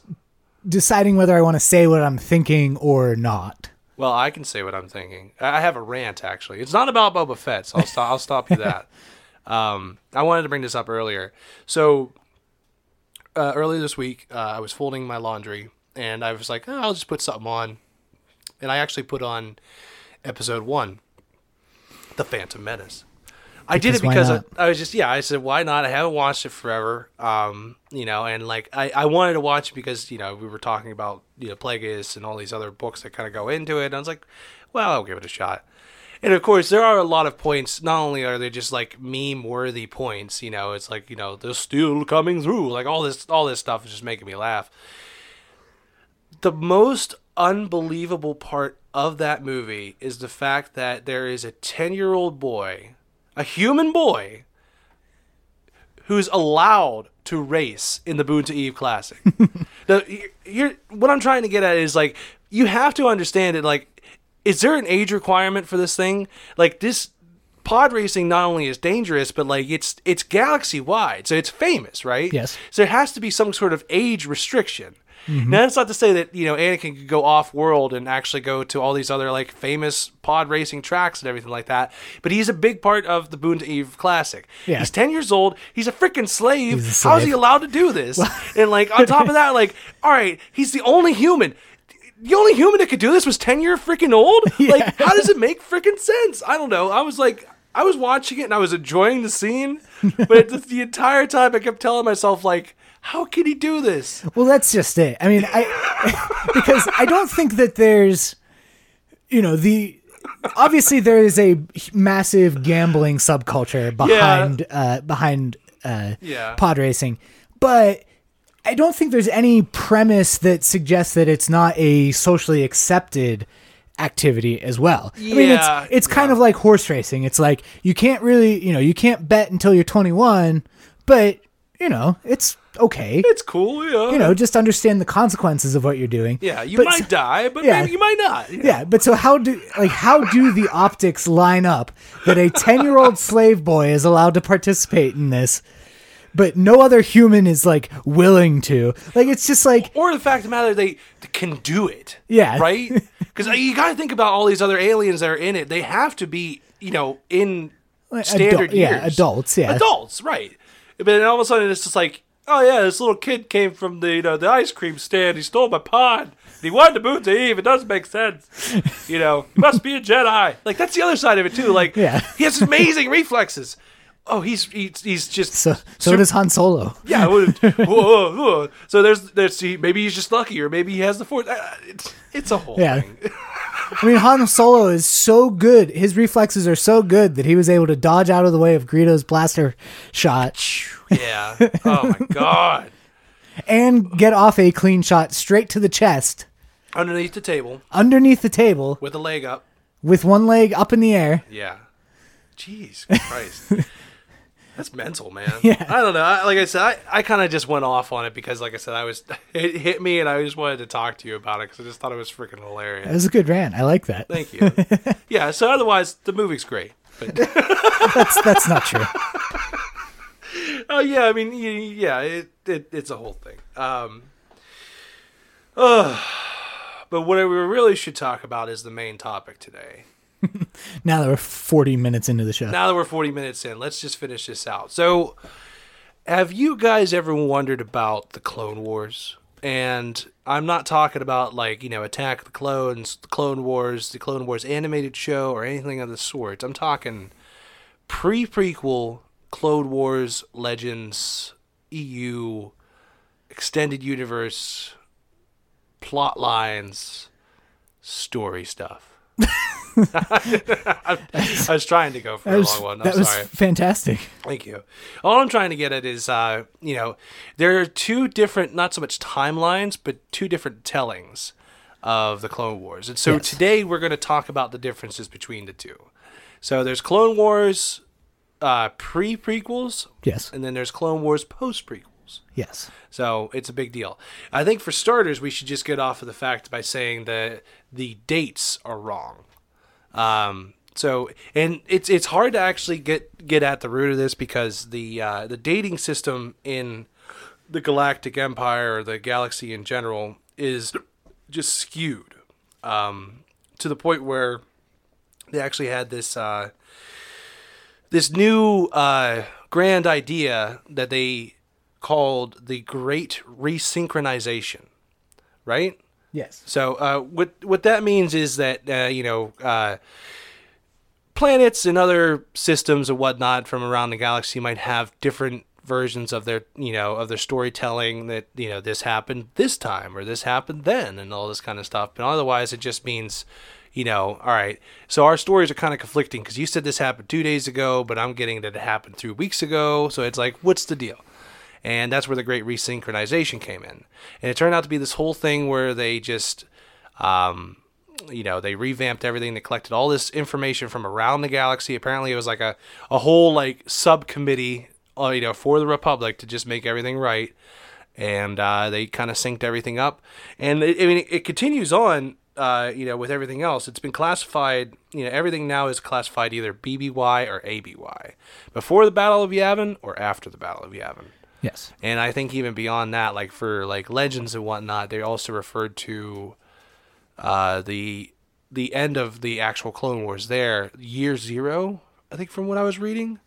Speaker 2: deciding whether i want to say what i'm thinking or not
Speaker 1: Well, I can say what I'm thinking. I I have a rant actually. It's not about Boba Fett, so I'll stop. I'll stop you that. Um, I wanted to bring this up earlier. So uh, earlier this week, uh, I was folding my laundry, and I was like, "Oh, I'll just put something on, and I actually put on episode one, The Phantom Menace. I did it because
Speaker 2: Because why
Speaker 1: I, I was just yeah. I said why not? I haven't watched it forever, um, you know, and like I, I wanted to watch it because you know we were talking about you know Plagueis and all these other books that kind of go into it. And I was like, well, I'll give it a shot. And of course, there are a lot of points. Not only are they just like meme worthy points, you know, it's like you know they're still coming through. Like all this all this stuff is just making me laugh the most unbelievable part of that movie is the fact that there is a 10 year old boy, a human boy, who's allowed to race in the Boon to Eve Classic. now, he- here, what I'm trying to get at is like, you have to understand it. Like, is there an age requirement for this thing? Like, this. Pod racing not only is dangerous, but like it's it's galaxy wide, so it's famous, right?
Speaker 2: Yes.
Speaker 1: So there has to be some sort of age restriction. Now that's not to say that you know Anakin could go off world and actually go to all these other like famous pod racing tracks and everything like that. But he's a big part of the Boon to Eve Classic.
Speaker 2: Yeah.
Speaker 1: He's ten years old. He's a freaking slave.
Speaker 2: He's a slave.
Speaker 1: How's he allowed to do this? and like on top of that, like all right, he's the only human. The only human that could do this was ten year freaking old. Like how does it make freaking sense? I don't know. I was like. I was watching it and I was enjoying the scene, but the, the entire time I kept telling myself like, "How can he do this?"
Speaker 2: Well, that's just it. I mean, I because I don't think that there's, you know, the obviously there is a massive gambling subculture behind uh, behind uh,
Speaker 1: Yeah.
Speaker 2: pod racing, but I don't think there's any premise that suggests that it's not a socially accepted activity as well. I mean,
Speaker 1: Yeah,
Speaker 2: it's it's kind of like horse racing. It's like you can't really, you know, you can't bet until you're 21, but you know, it's okay.
Speaker 1: It's cool, yeah.
Speaker 2: You know, just understand the consequences of what you're doing.
Speaker 1: yeah, you
Speaker 2: But
Speaker 1: might
Speaker 2: so-
Speaker 1: die, but
Speaker 2: yeah.
Speaker 1: maybe you might not. Yeah.
Speaker 2: yeah, but so how do like how do the optics line up that a 10-year-old slave boy is allowed to participate in this but no other human is like willing to? Like it's just like
Speaker 1: Or the fact of the matter, they can do it.
Speaker 2: Yeah.
Speaker 1: Right? Because you got to think about all these other aliens that are in it. They have to be, you know, in standard
Speaker 2: adult- yeah,
Speaker 1: years.
Speaker 2: adults, yeah.
Speaker 1: Adults, right. But then all of a sudden it's just like, oh, yeah, this little kid came from the you know, the ice cream stand. He stole my pod. He wanted to move to Eve. It doesn't make sense. You know, he must be a Jedi. Like, that's the other side of it, too. Like,
Speaker 2: Yeah.
Speaker 1: he has amazing reflexes. Oh, he's he's, he's just
Speaker 2: so so
Speaker 1: super-
Speaker 2: does Han Solo.
Speaker 1: yeah. it would- whoa, whoa, whoa. So there's there's he, maybe he's just lucky, or maybe he has the fourth. Uh, it's, it's a whole
Speaker 2: Yeah.
Speaker 1: thing.
Speaker 2: I mean, Han Solo is so good. His reflexes are so good that he was able to dodge out of the way of Greedo's blaster shot
Speaker 1: Yeah. Oh my god.
Speaker 2: and get off a clean shot straight to the chest
Speaker 1: Underneath the table
Speaker 2: underneath the table
Speaker 1: with a leg up.
Speaker 2: with one leg up in the air.
Speaker 1: Yeah. Jeez Christ. That's mental, man. Yeah. I don't know. I, like I said, I, I kind of just went off on it because, like I said, I was it hit me, and I just wanted to talk to you about it because I just thought it was freaking
Speaker 2: That
Speaker 1: hilarious.
Speaker 2: was a good rant. I like that.
Speaker 1: Thank you. yeah. So otherwise, the movie's great. But
Speaker 2: That's that's not true.
Speaker 1: Oh yeah, I mean, y- yeah, it, it it's a whole thing. Um, ugh. but what we really should talk about is the main topic today.
Speaker 2: Now that we're 40 minutes into the show.
Speaker 1: Now that we're forty minutes in, let's just finish this out. So, have you guys ever wondered about the Clone Wars? And I'm not talking about like you know Attack of the Clones, the Clone Wars, the Clone Wars animated show, or anything of the sort. I'm talking pre prequel Clone Wars Legends E EU extended universe plot lines story stuff. I was trying to go for
Speaker 2: that
Speaker 1: a
Speaker 2: was,
Speaker 1: long one. I'm
Speaker 2: that was
Speaker 1: sorry.
Speaker 2: fantastic.
Speaker 1: Thank you. All I'm trying to get at is, uh, you know, there are two different, not so much timelines, but two different tellings of the Clone Wars. And so
Speaker 2: Yes.
Speaker 1: today we're going to talk about the differences between the two. So there's Clone Wars uh, pre prequels,
Speaker 2: Yes.
Speaker 1: and then there's Clone Wars post prequels.
Speaker 2: Yes.
Speaker 1: So it's a big deal. I think for starters, we should just get off of the fact by saying that the dates are wrong. Um, so and it's it's hard to actually get get at the root of this because the uh, the dating system in the Galactic Empire or the galaxy in general is just skewed um, to the point where they actually had this uh, this new uh, grand idea that they called the Great Resynchronization, right?
Speaker 2: Yes.
Speaker 1: So uh, what what that means is that uh, you know uh, planets and other systems and whatnot from around the galaxy might have different versions of their you know of their storytelling that you know this happened this time or this happened then and all this kind of stuff. But otherwise, it just means you know all right so our stories are kind of conflicting because you said this happened two days ago but i'm getting that it happened three weeks ago so it's like what's the deal and that's where the great resynchronization came in. And it turned out to be this whole thing where they just, um, you know, they revamped everything. They collected all this information from around the galaxy. Apparently, it was like a, a whole like subcommittee, uh, you know, for the Republic to just make everything right. And uh, they kind of synced everything up. And it, I mean, it, continues on. Uh, you know, with everything else, it's been classified. You know, everything now is classified either BBY or ABY, before the Battle of Yavin or after the Battle of Yavin.
Speaker 2: Yes.
Speaker 1: And I think even beyond that, like for like legends and whatnot, they also referred to uh, the the end of the actual Clone Wars there, year zero, I think from what I was reading.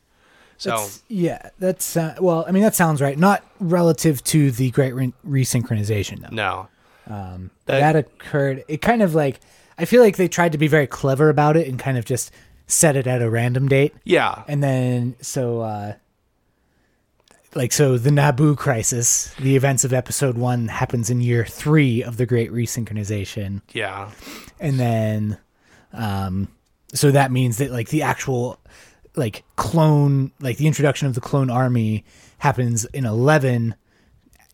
Speaker 1: So
Speaker 2: That's- yeah, that's uh, well. I mean, that sounds right. Not relative to the Great Re- Resynchronization, though.
Speaker 1: no.
Speaker 2: that occurred. It kind of like I feel like they tried to be very clever about it and kind of just set it at a random date,
Speaker 1: Yeah.
Speaker 2: and then so uh, like so the Naboo crisis, the events of Episode One happens in year three of the Great Resynchronization,
Speaker 1: Yeah.
Speaker 2: and then um so that means that like the actual like clone like the introduction of the clone army happens in 11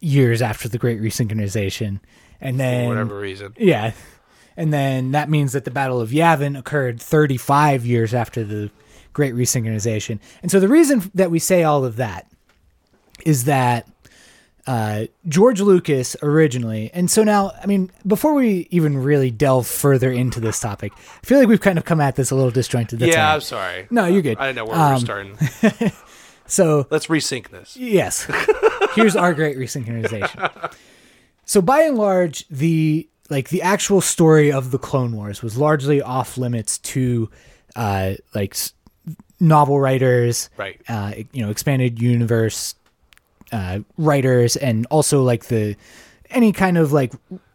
Speaker 2: years after the great resynchronization and then
Speaker 1: for whatever reason.
Speaker 2: yeah and then that means that the battle of yavin occurred 35 years after the great resynchronization and so the reason that we say all of that is that uh, George Lucas originally. And so now, I mean, before we even really delve further into this topic, I feel like we've kind of come at this a little disjointed. That's
Speaker 1: yeah,
Speaker 2: all
Speaker 1: I'm
Speaker 2: right.
Speaker 1: sorry.
Speaker 2: No, you're good.
Speaker 1: I don't know where we're
Speaker 2: Um, uh,
Speaker 1: starting.
Speaker 2: So,
Speaker 1: Let's resync this.
Speaker 2: yes, here's our great resynchronization. so, by and large, the like the actual story of the Clone Wars was largely off limits to uh, like s- novel writers,
Speaker 1: Right.
Speaker 2: uh, you know, expanded universe uh, writers, and also like the any kind of like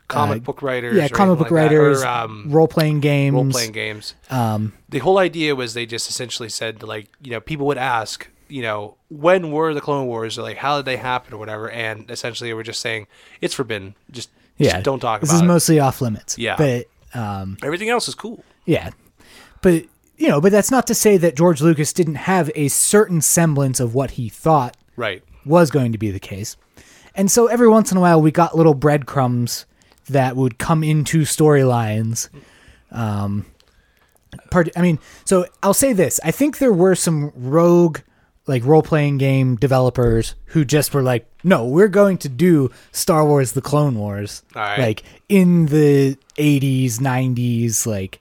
Speaker 1: Comic book writers.
Speaker 2: yeah,
Speaker 1: or
Speaker 2: comic book
Speaker 1: anything like that,
Speaker 2: writers,
Speaker 1: Or, um,
Speaker 2: role playing games.
Speaker 1: role playing games.
Speaker 2: Um,
Speaker 1: the whole idea was they just essentially said like you know people would ask you know when were the clone wars or like how did they happen or whatever and essentially they were just saying it's forbidden just, just
Speaker 2: yeah,
Speaker 1: don't talk
Speaker 2: This
Speaker 1: about
Speaker 2: is
Speaker 1: it
Speaker 2: mostly off limits.
Speaker 1: Yeah.
Speaker 2: but
Speaker 1: everything else is cool
Speaker 2: yeah, but you know, but that's not to say that George Lucas didn't have a certain semblance of what he thought
Speaker 1: right
Speaker 2: was going to be the case, and so every once in a while we got little breadcrumbs that would come into storylines. Um, part i mean so i'll say this i think there were some rogue like role-playing game developers who just were like no we're going to do star wars the clone wars
Speaker 1: All right.
Speaker 2: like in the 80s 90s like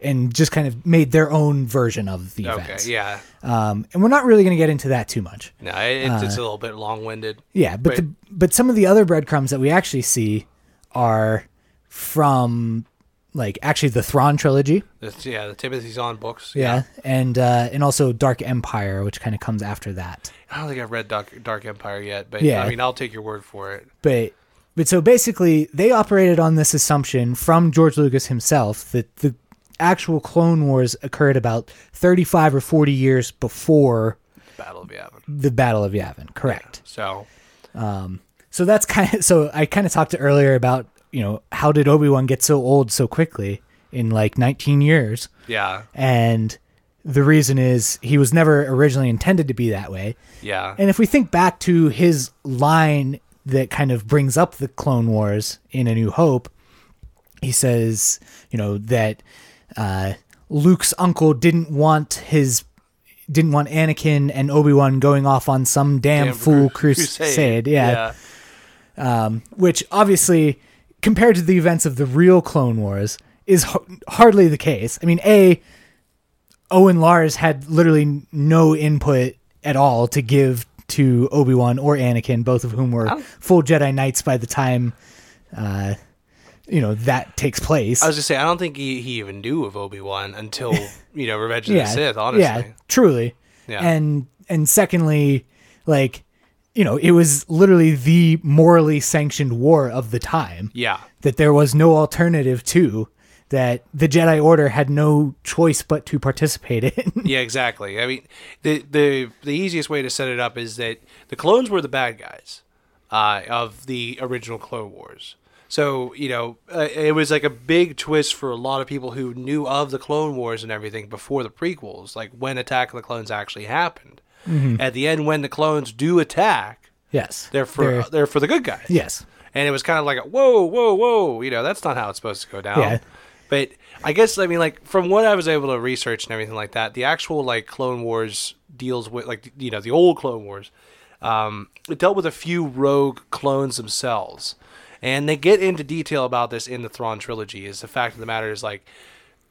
Speaker 2: and just kind of made their own version of the
Speaker 1: okay
Speaker 2: events
Speaker 1: yeah
Speaker 2: um, and we're not really going to get into that too much
Speaker 1: no it, it's,
Speaker 2: Uh,
Speaker 1: it's a little bit long-winded
Speaker 2: yeah, but
Speaker 1: Right.
Speaker 2: the, but some of the other breadcrumbs that we actually see are from like actually the Thrawn trilogy.
Speaker 1: It's- yeah the timothy's on books
Speaker 2: Yeah, and uh, and also Dark Empire, which kind of comes after that.
Speaker 1: i don't think i've read dark, dark empire yet but
Speaker 2: Yeah.
Speaker 1: i mean i'll take your word for it
Speaker 2: But but so basically, they operated on this assumption from George Lucas himself that the actual Clone Wars occurred about thirty-five or forty years before
Speaker 1: battle of yavin
Speaker 2: the Battle of Yavin. Correct.
Speaker 1: so
Speaker 2: So that's kind of so I kind of talked earlier about you know how did Obi Wan get so old so quickly in like nineteen years.
Speaker 1: yeah
Speaker 2: and the reason is he was never originally intended to be that way.
Speaker 1: yeah
Speaker 2: And if we think back to his line that kind of brings up the Clone Wars in A New Hope, he says, you know, that uh, Luke's uncle didn't want his didn't want Anakin and Obi Wan going off on some damn,
Speaker 1: Damn
Speaker 2: fool
Speaker 1: cru-
Speaker 2: crusade. Yeah.
Speaker 1: yeah
Speaker 2: which obviously, compared to the events of the real Clone Wars, is h- hardly the case. I mean, a Owen Lars had literally no input at all to give to Obi Wan or Anakin, both of whom were full Jedi Knights by the time, uh, you know, that takes place.
Speaker 1: I was just say I don't think he, he even knew of Obi Wan until you know Revenge of the Sith. Honestly,
Speaker 2: yeah, truly.
Speaker 1: Yeah.
Speaker 2: And and secondly, like, you know, it was literally the morally sanctioned war of the time.
Speaker 1: Yeah.
Speaker 2: that there was no alternative to that the Jedi Order had no choice but to participate in.
Speaker 1: Yeah, exactly. I mean, the the the easiest way to set it up is that the clones were the bad guys uh, of the original Clone Wars. So you know, uh, it was like a big twist for a lot of people who knew of the Clone Wars and everything before the prequels, like when Attack of the Clones actually happened.
Speaker 2: Mm-hmm.
Speaker 1: At the end, when the clones do attack,
Speaker 2: yes.
Speaker 1: they're for they're,
Speaker 2: There-
Speaker 1: for the good guys.
Speaker 2: yes.
Speaker 1: and it was kind of like a, whoa whoa whoa you know that's not how it's supposed to go down
Speaker 2: Yeah.
Speaker 1: but i guess i mean like from what i was able to research and everything like that the actual like clone wars deals with like you know the old clone wars um, it dealt with a few rogue clones themselves and they get into detail about this in the Thrawn trilogy is the fact of the matter is like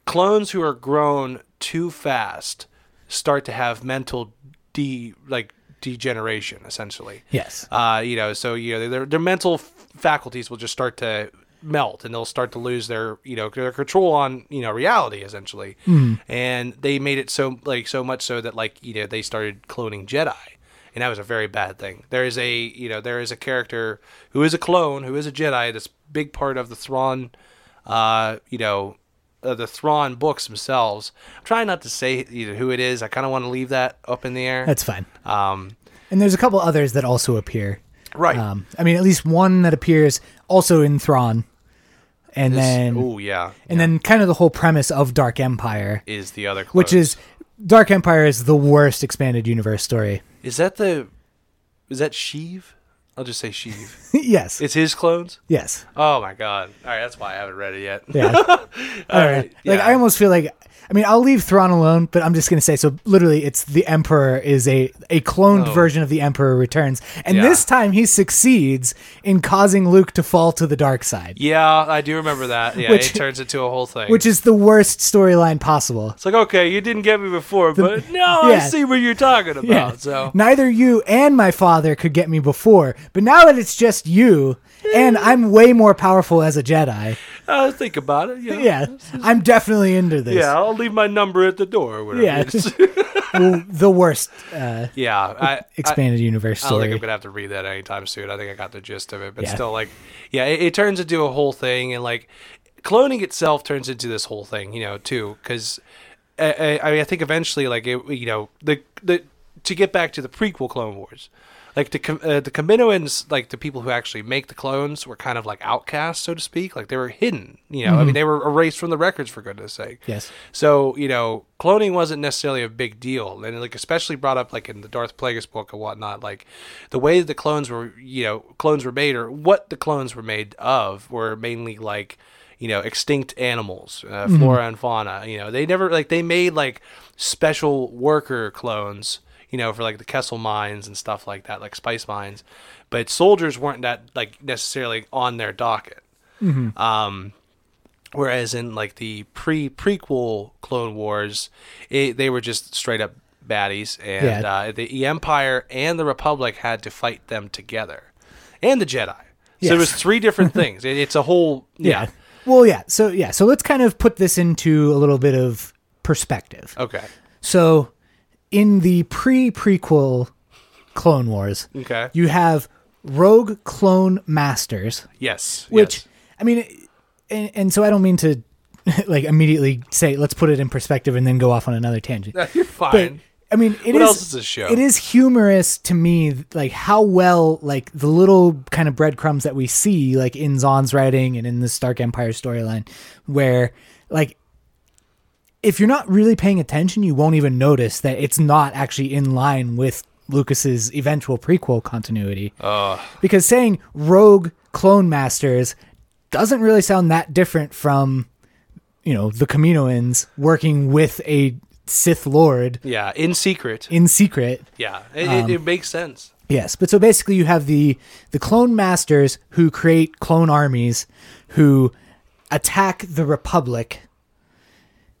Speaker 1: clones who are grown too fast start to have mental de like degeneration essentially
Speaker 2: Yes.
Speaker 1: uh, you know, so you know their their mental f- faculties will just start to melt, and they'll start to lose their you know their control on you know reality essentially.
Speaker 2: Hmm.
Speaker 1: And they made it so like so much so that like you know they started cloning Jedi, and that was a very bad thing. There is a you know there is a character who is a clone who is a Jedi that's a big part of the Thrawn, uh, you know. Uh, the Thrawn books themselves. I'm trying not to say you know, who it is. I kind of want to leave that up in the air.
Speaker 2: That's fine.
Speaker 1: um,
Speaker 2: And there's a couple others that also appear.
Speaker 1: right.
Speaker 2: Um, I mean, at least one that appears also in Thrawn. and then
Speaker 1: oh yeah,
Speaker 2: and then kind of the whole premise of Dark Empire,
Speaker 1: is the other clone.
Speaker 2: which is Dark Empire is the worst expanded universe story.
Speaker 1: is that the is that Sheev? I'll just say Sheev.
Speaker 2: yes,
Speaker 1: it's his clones.
Speaker 2: yes,
Speaker 1: Oh my god! All right, that's why I haven't read it yet.
Speaker 2: yeah. All right. Like
Speaker 1: yeah.
Speaker 2: I almost feel like I mean I'll leave Thrawn alone, but I'm just gonna say so. Literally, it's the Emperor is a a cloned
Speaker 1: Oh.
Speaker 2: version of the Emperor returns, and
Speaker 1: Yeah.
Speaker 2: this time he succeeds in causing Luke to fall to the dark side,
Speaker 1: Yeah, I do remember that. Yeah,
Speaker 2: Which-
Speaker 1: it turns into a whole thing.
Speaker 2: which is the worst storyline possible.
Speaker 1: it's like okay, you didn't get me before, but now I
Speaker 2: yeah.
Speaker 1: see what you're talking about.
Speaker 2: Yeah.
Speaker 1: So
Speaker 2: Neither you and my father could get me before, but now that it's just you, and I'm way more powerful as a Jedi.
Speaker 1: uh, think about it. You know?
Speaker 2: Yeah, I'm definitely into this.
Speaker 1: Yeah, I'll leave my number at the door or whatever.
Speaker 2: Yeah.
Speaker 1: it is.
Speaker 2: Well, the worst uh,
Speaker 1: yeah. I, I,
Speaker 2: expanded universe
Speaker 1: I don't think
Speaker 2: story.
Speaker 1: I'm gonna have to read that anytime soon. I think I got the gist of it, but
Speaker 2: Yeah.
Speaker 1: still, like, yeah, it, it turns into a whole thing, and like, cloning itself turns into this whole thing, you know, too, because I, I, I mean, I think eventually, like, it, you know, the the to get back to the prequel Clone Wars, like the Com- uh, the Kaminoans, like the people who actually make the clones, were kind of like outcasts, so to speak. Like they were hidden, you know. I mean, they were erased from the records for goodness sake.
Speaker 2: Mm-hmm. Yes.
Speaker 1: So you know, cloning wasn't necessarily a big deal, and like especially brought up like in the Darth Plagueis book and whatnot. Like the way that the clones were, you know, clones were made or what the clones were made of were mainly like you know extinct animals, uh, flora and fauna. You know, they never like they made like special worker clones. You know, for like the Kessel mines and stuff like that, like spice mines, but soldiers weren't that like necessarily on their docket. Um, whereas in like the pre prequel Clone Wars, it, they were just straight up baddies, and
Speaker 2: Yeah.
Speaker 1: uh, the Empire and the Republic had to fight them together, and the Jedi. So it
Speaker 2: Yes.
Speaker 1: was three different things. It, it's a whole yeah.
Speaker 2: Well, yeah. So yeah. So let's kind of put this into a little bit of perspective.
Speaker 1: Okay.
Speaker 2: So, in the pre prequel Clone Wars,
Speaker 1: Okay.
Speaker 2: you have rogue clone masters,
Speaker 1: yes.
Speaker 2: which
Speaker 1: yes.
Speaker 2: I mean, and, and so I don't mean to like immediately say let's put it in perspective and then go off on another tangent.
Speaker 1: you're fine.
Speaker 2: I mean, it is.
Speaker 1: What else is this show?
Speaker 2: It is humorous to me, like how well, like the little kind of breadcrumbs that we see, like in Zahn's writing and in the Stark Empire storyline, where like if you're not really paying attention, you won't even notice that it's not actually in line with Lucas's eventual prequel continuity. Because saying rogue clone masters doesn't really sound that different from, you know, the Kaminoans working with a Sith Lord
Speaker 1: yeah, in secret.
Speaker 2: in secret.
Speaker 1: yeah, it, it,
Speaker 2: Um,
Speaker 1: it makes sense.
Speaker 2: Yes, but so basically you have the the clone masters who create clone armies who attack the republic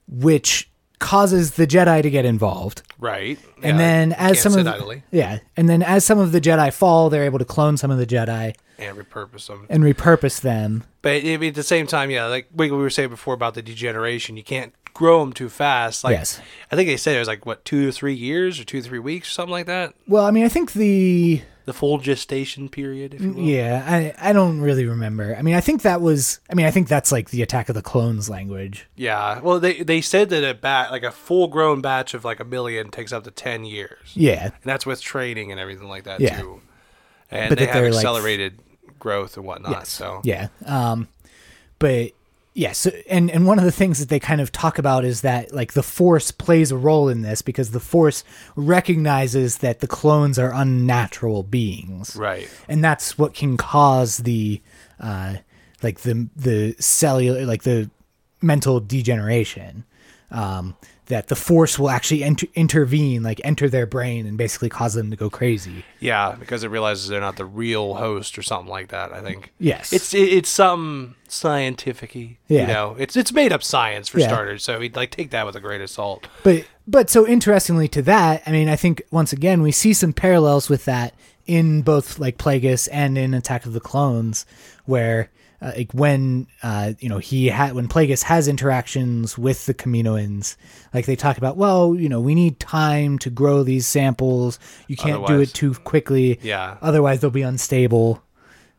Speaker 2: which causes the Jedi to get involved.
Speaker 1: Right. Yeah,
Speaker 2: And then
Speaker 1: you
Speaker 2: as
Speaker 1: can't
Speaker 2: some of
Speaker 1: sit
Speaker 2: the,
Speaker 1: idly
Speaker 2: yeah, and then as some of the Jedi fall, they're able to clone some of the Jedi
Speaker 1: and repurpose them.
Speaker 2: and repurpose them.
Speaker 1: But I mean, at the same time, yeah, like we we were saying before about the degeneration, you can't grow them too fast. Like
Speaker 2: Yes.
Speaker 1: I think they said it was like what two to three years or two to three weeks or something like that.
Speaker 2: Well, I mean, I think the
Speaker 1: The full gestation period, if you will.
Speaker 2: Mm, yeah, I I don't really remember. I mean, I think that was I mean, I think that's like the attack of the clones language.
Speaker 1: Yeah. Well, they they said that a bat like a full grown batch of like a million takes up to ten years,
Speaker 2: Yeah.
Speaker 1: and that's with training and everything like that
Speaker 2: Yeah.
Speaker 1: too. And
Speaker 2: But
Speaker 1: they
Speaker 2: that
Speaker 1: have
Speaker 2: they're, like-
Speaker 1: accelerated growth and whatnot. So
Speaker 2: Yeah. Um, but yeah, so, and, and one of the things that they kind of talk about is that like the force plays a role in this because the force recognizes that the clones are unnatural beings.
Speaker 1: right.
Speaker 2: And that's what can cause the uh, like the the cellular like the mental degeneration. Um, that the force will actually enter, intervene, like enter their brain and basically cause them to go crazy.
Speaker 1: Yeah, because it realizes they're not the real host or something like that. I think.
Speaker 2: Yes.
Speaker 1: It's it, it's something scientific-y,
Speaker 2: Yeah.
Speaker 1: You know, it's it's made up science for
Speaker 2: Yeah.
Speaker 1: starters. So he'd like take that with a grain of salt.
Speaker 2: But but so interestingly to that, I mean, I think once again we see some parallels with that in both like Plagueis and in Attack of the Clones, where uh, like when uh, you know he had when Plagueis has interactions with the Kaminoans, like they talk about, well, you know, we need time to grow these samples. You can't do
Speaker 1: Otherwise-
Speaker 2: it too quickly.
Speaker 1: Yeah.
Speaker 2: Otherwise, they'll be unstable.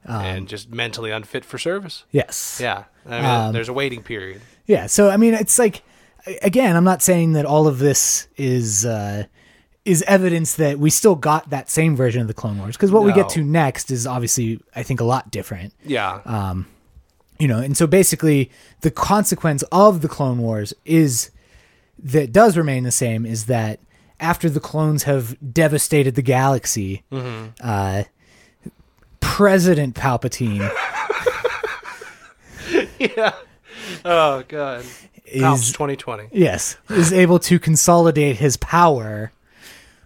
Speaker 2: Um,
Speaker 1: and just mentally unfit for service.
Speaker 2: Yes.
Speaker 1: Yeah. I mean,
Speaker 2: um,
Speaker 1: there's a waiting period.
Speaker 2: Yeah. So I mean, it's like a- again, I'm not saying that all of this is uh, is evidence that we still got that same version of the Clone Wars because what we get
Speaker 1: No.
Speaker 2: uh, to next is obviously, I think, a lot different.
Speaker 1: Yeah.
Speaker 2: you know and so basically the consequence of the clone wars is that does remain the same is that after the clones have devastated the galaxy uh, president palpatine
Speaker 1: yeah. Oh god. Pouch
Speaker 2: is
Speaker 1: 2020.
Speaker 2: yes is able to consolidate his power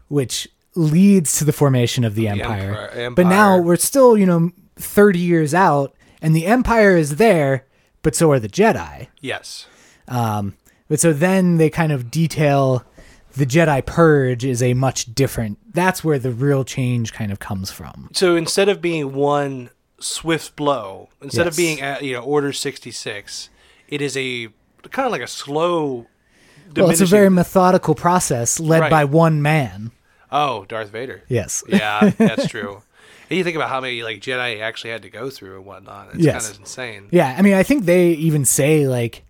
Speaker 2: which leads to the formation of the empire.
Speaker 1: empire-
Speaker 2: but now
Speaker 1: empire.
Speaker 2: we're still you know 30 years out and the empire is there but so are the jedi
Speaker 1: Yes.
Speaker 2: Um, but so then they kind of detail the Jedi Purge is a much different. That's where the real change kind of comes from.
Speaker 1: So instead of being one swift blow, instead
Speaker 2: Yes.
Speaker 1: of being at, you know Order 66, it is a kind of like a slow.
Speaker 2: Well, it's a
Speaker 1: diminishing-
Speaker 2: very methodical process led
Speaker 1: Right.
Speaker 2: by one man.
Speaker 1: oh Darth Vader.
Speaker 2: Yes.
Speaker 1: Yeah, that's true. And you think about how many like Jedi actually had to go through and whatnot. It's
Speaker 2: Yes.
Speaker 1: kind of insane.
Speaker 2: Yeah, I mean, I think they even say like,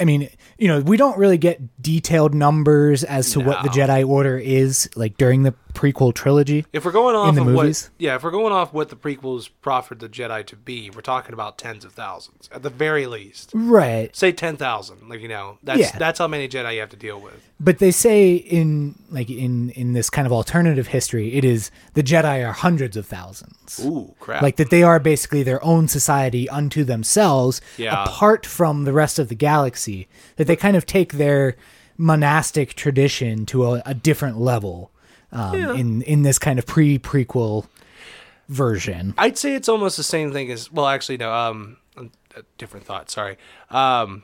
Speaker 2: I mean, you know, we don't really get detailed numbers as to what the
Speaker 1: No.
Speaker 2: Jedi Order is like during the prequel trilogy.
Speaker 1: If we're going off
Speaker 2: the
Speaker 1: of
Speaker 2: movies?
Speaker 1: what, yeah, if we're going off what the prequels proffered the Jedi to be, we're talking about tens of thousands at the very least.
Speaker 2: Right.
Speaker 1: Say ten thousand, like you know, that's
Speaker 2: Yeah.
Speaker 1: that's how many Jedi you have to deal with.
Speaker 2: But they say in like in in this kind of alternative history, it is the Jedi are hundreds of thousands.
Speaker 1: Ooh, crap!
Speaker 2: like that they are basically their own society unto themselves
Speaker 1: Yeah.
Speaker 2: apart from the rest of the galaxy that they kind of take their monastic tradition to a, a different level um, in in this kind of pre prequel version
Speaker 1: I'd say it's almost the same thing as well. Actually, no. Um, a different thought. Sorry. Um,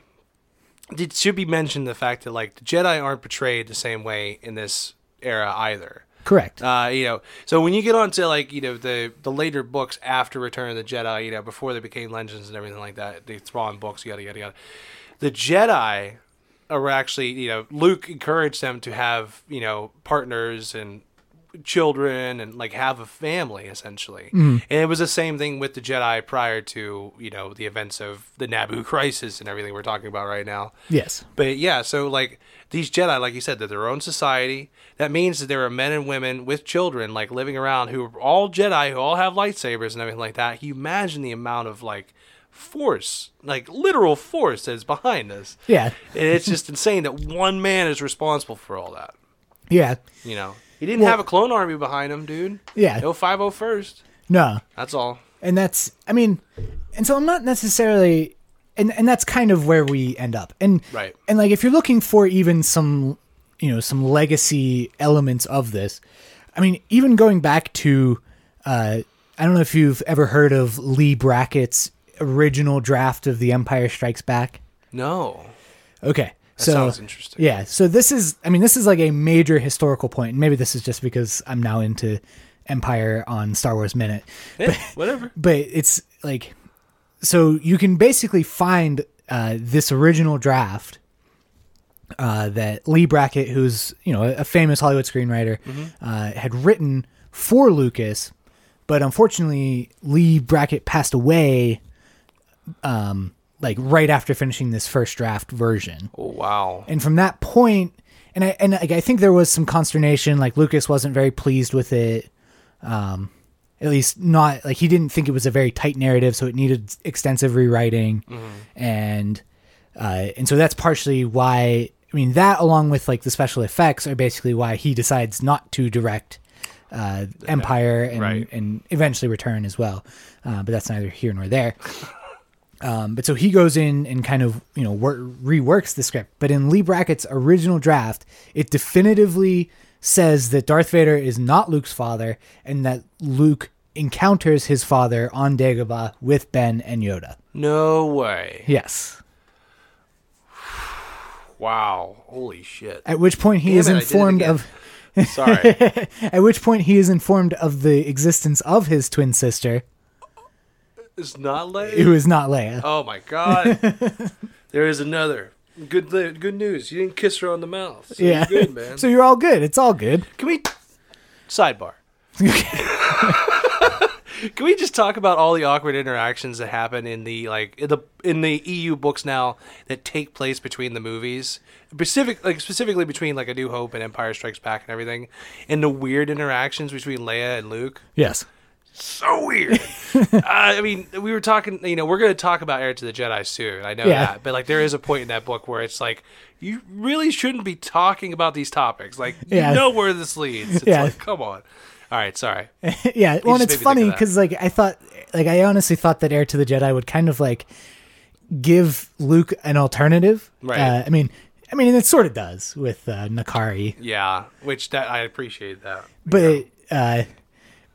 Speaker 1: it should be mentioned the fact that like the Jedi aren't portrayed the same way in this era either.
Speaker 2: correct
Speaker 1: Uh, you know, so when you get on to like you know the the later books after Return of the Jedi, you know before they became legends and everything like that, they throw on books, yada yada yada. The Jedi are actually you know Luke encouraged them to have you know partners and children and like have a family essentially, and it was the same thing with the Jedi prior to you know the events of the Naboo crisis and everything we're talking about right now.
Speaker 2: yes
Speaker 1: But yeah, so like these Jedi, like you said, they're their own society. That means that there are men and women with children, like living around, who are all Jedi, who all have lightsabers and everything like that. Can you imagine the amount of like force, like literal force, that's behind this?
Speaker 2: yeah
Speaker 1: And it's just insane that one man is responsible for all that.
Speaker 2: yeah
Speaker 1: You know, he didn't have a clone army behind him, dude.
Speaker 2: Yeah.
Speaker 1: no five oh first.
Speaker 2: no
Speaker 1: That's all.
Speaker 2: and that's i mean and so i'm not necessarily and and that's kind of where we end up and
Speaker 1: Right.
Speaker 2: and like if you're looking for even some you know some legacy elements of this i mean even going back to uh i don't know if you've ever heard of lee brackett's original draft of the empire strikes back
Speaker 1: No,
Speaker 2: okay
Speaker 1: that
Speaker 2: so
Speaker 1: sounds interesting.
Speaker 2: yeah. So this is, I mean, this is like a major historical point. And maybe this is just because I'm now into Empire on Star Wars Minute.
Speaker 1: Yeah, Eh, whatever.
Speaker 2: But it's like, so you can basically find uh, this original draft uh, that Lee Brackett, who's you know a famous Hollywood screenwriter, uh, had written for Lucas, but unfortunately Lee Brackett passed away, um, like right after finishing this first draft version
Speaker 1: Oh wow.
Speaker 2: and from that point and i and like, i think there was some consternation like lucas wasn't very pleased with it um at least not like he didn't think it was a very tight narrative so it needed extensive rewriting
Speaker 1: Mm-hmm.
Speaker 2: and uh and so that's partially why i mean that along with like the special effects are basically why he decides not to direct uh, Empire and,
Speaker 1: Right.
Speaker 2: and eventually return as well, uh, but that's neither here nor there. Um, but so he goes in and kind of you know wor- reworks the script. But in Lee Brackett's original draft, it definitively says that Darth Vader is not Luke's father, and that Luke encounters his father on Dagobah with Ben and Yoda.
Speaker 1: No way.
Speaker 2: Yes.
Speaker 1: Wow. Holy shit.
Speaker 2: At which point he
Speaker 1: Damn
Speaker 2: is
Speaker 1: it, I did it
Speaker 2: informed
Speaker 1: again.
Speaker 2: of.
Speaker 1: Sorry.
Speaker 2: At which point he is informed of the existence of his twin sister,
Speaker 1: It's not late.
Speaker 2: who is not Leia.
Speaker 1: Oh my god. there is another. Good li- good news. You didn't kiss her on the mouth. So
Speaker 2: yeah.
Speaker 1: yeah. Good man.
Speaker 2: so you're all good. It's all good.
Speaker 1: Can we sidebar? Can we just talk about all the awkward interactions that happen in the like in the in the EU books now that take place between the movies, specific like specifically between like A New Hope and Empire Strikes Back and everything, and the weird interactions between Leia and Luke?
Speaker 2: Yes.
Speaker 1: So weird. uh, I mean, we were talking. You know, we're going to talk about Heir to the Jedi soon. I know
Speaker 2: Yeah.
Speaker 1: that, but like, there is a point in that book where it's like you really shouldn't be talking about these topics. Like,
Speaker 2: Yeah.
Speaker 1: you know where this leads. It's
Speaker 2: Yeah.
Speaker 1: like, come on. All right, sorry.
Speaker 2: yeah, well,
Speaker 1: just made
Speaker 2: and it's
Speaker 1: me think of
Speaker 2: funny
Speaker 1: that.
Speaker 2: because like I thought, like I honestly thought that Heir to the Jedi would kind of like give Luke an alternative.
Speaker 1: Right.
Speaker 2: Uh, I mean, I mean, it sort of does with uh, Nakari,
Speaker 1: Yeah, which that I appreciate that.
Speaker 2: but uh,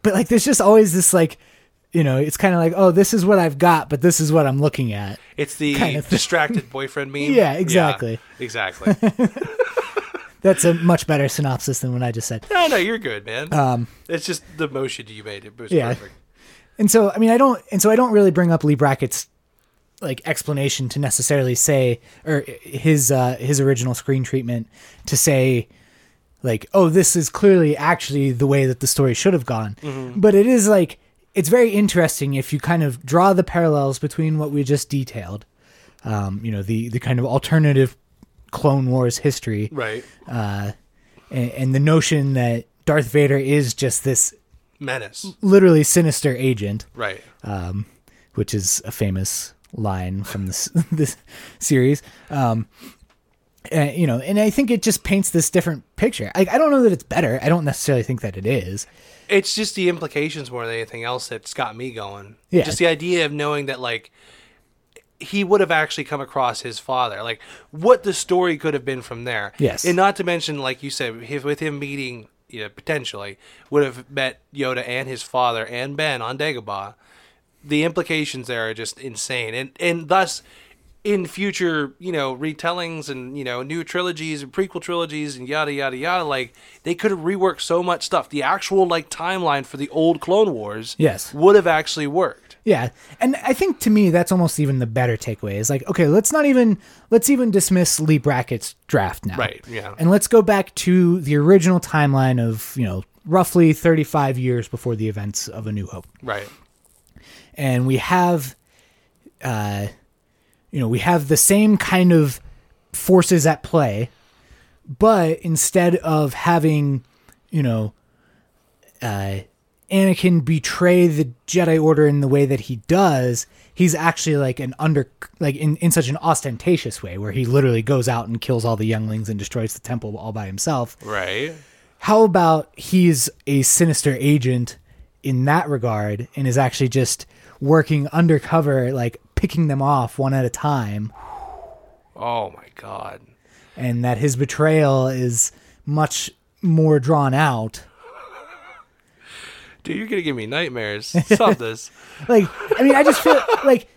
Speaker 2: but like there's just always this like, you know, it's kind of like oh, this is what I've got, but this is what I'm looking at.
Speaker 1: It's the
Speaker 2: Kind of thing.
Speaker 1: distracted boyfriend meme.
Speaker 2: Yeah, exactly.
Speaker 1: exactly.
Speaker 2: That's a much better synopsis than what I just said.
Speaker 1: no, no, you're good, man. Um, it's just the motion you made. It was
Speaker 2: Yeah.
Speaker 1: perfect.
Speaker 2: And so, I mean, I don't, and so I don't really bring up Lee Brackett's like explanation to necessarily say, or his uh, his original screen treatment to say, like, oh, this is clearly actually the way that the story should have gone. But it is like it's very interesting if you kind of draw the parallels between what we just detailed, um, you know, the the kind of alternative Clone Wars history
Speaker 1: Right.
Speaker 2: and, and the notion that Darth Vader is just this
Speaker 1: Menace.
Speaker 2: literally sinister agent
Speaker 1: Right.
Speaker 2: um, which is a famous line from this this series. Um, and, you know, and I think it just paints this different picture. Like, I don't know that it's better. I don't necessarily think that it is.
Speaker 1: it's just the implications more than anything else that's got me going.
Speaker 2: Yeah.
Speaker 1: Just the idea of knowing that like he would have actually come across his father. Like what the story could have been from there.
Speaker 2: Yes.
Speaker 1: And not to mention, like you said, if, with him meeting you know, potentially would have met Yoda and his father and Ben on Dagobah. The implications there are just insane, and and thus in future you know retellings and you know new trilogies and prequel trilogies and yada yada yada like they could have reworked so much stuff the actual like timeline for the old clone wars
Speaker 2: Yes.
Speaker 1: would have actually worked
Speaker 2: Yeah, and I think to me that's almost even the better takeaway. Is like, okay, let's not even let's even dismiss Lee Brackett's draft now,
Speaker 1: Right, yeah.
Speaker 2: and let's go back to the original timeline of you know roughly thirty five years before the events of A New Hope.
Speaker 1: right
Speaker 2: and we have uh you know we have the same kind of forces at play but instead of having you know uh Anakin betray the Jedi order in the way that he does he's actually like an under like in in such an ostentatious way where he literally goes out and kills all the younglings and destroys the temple all by himself
Speaker 1: right
Speaker 2: how about he's a sinister agent in that regard and is actually just working undercover like picking them off one at a time
Speaker 1: oh my god
Speaker 2: and that his betrayal is much more drawn out
Speaker 1: dude you're gonna give me nightmares stop this
Speaker 2: like i mean i just feel like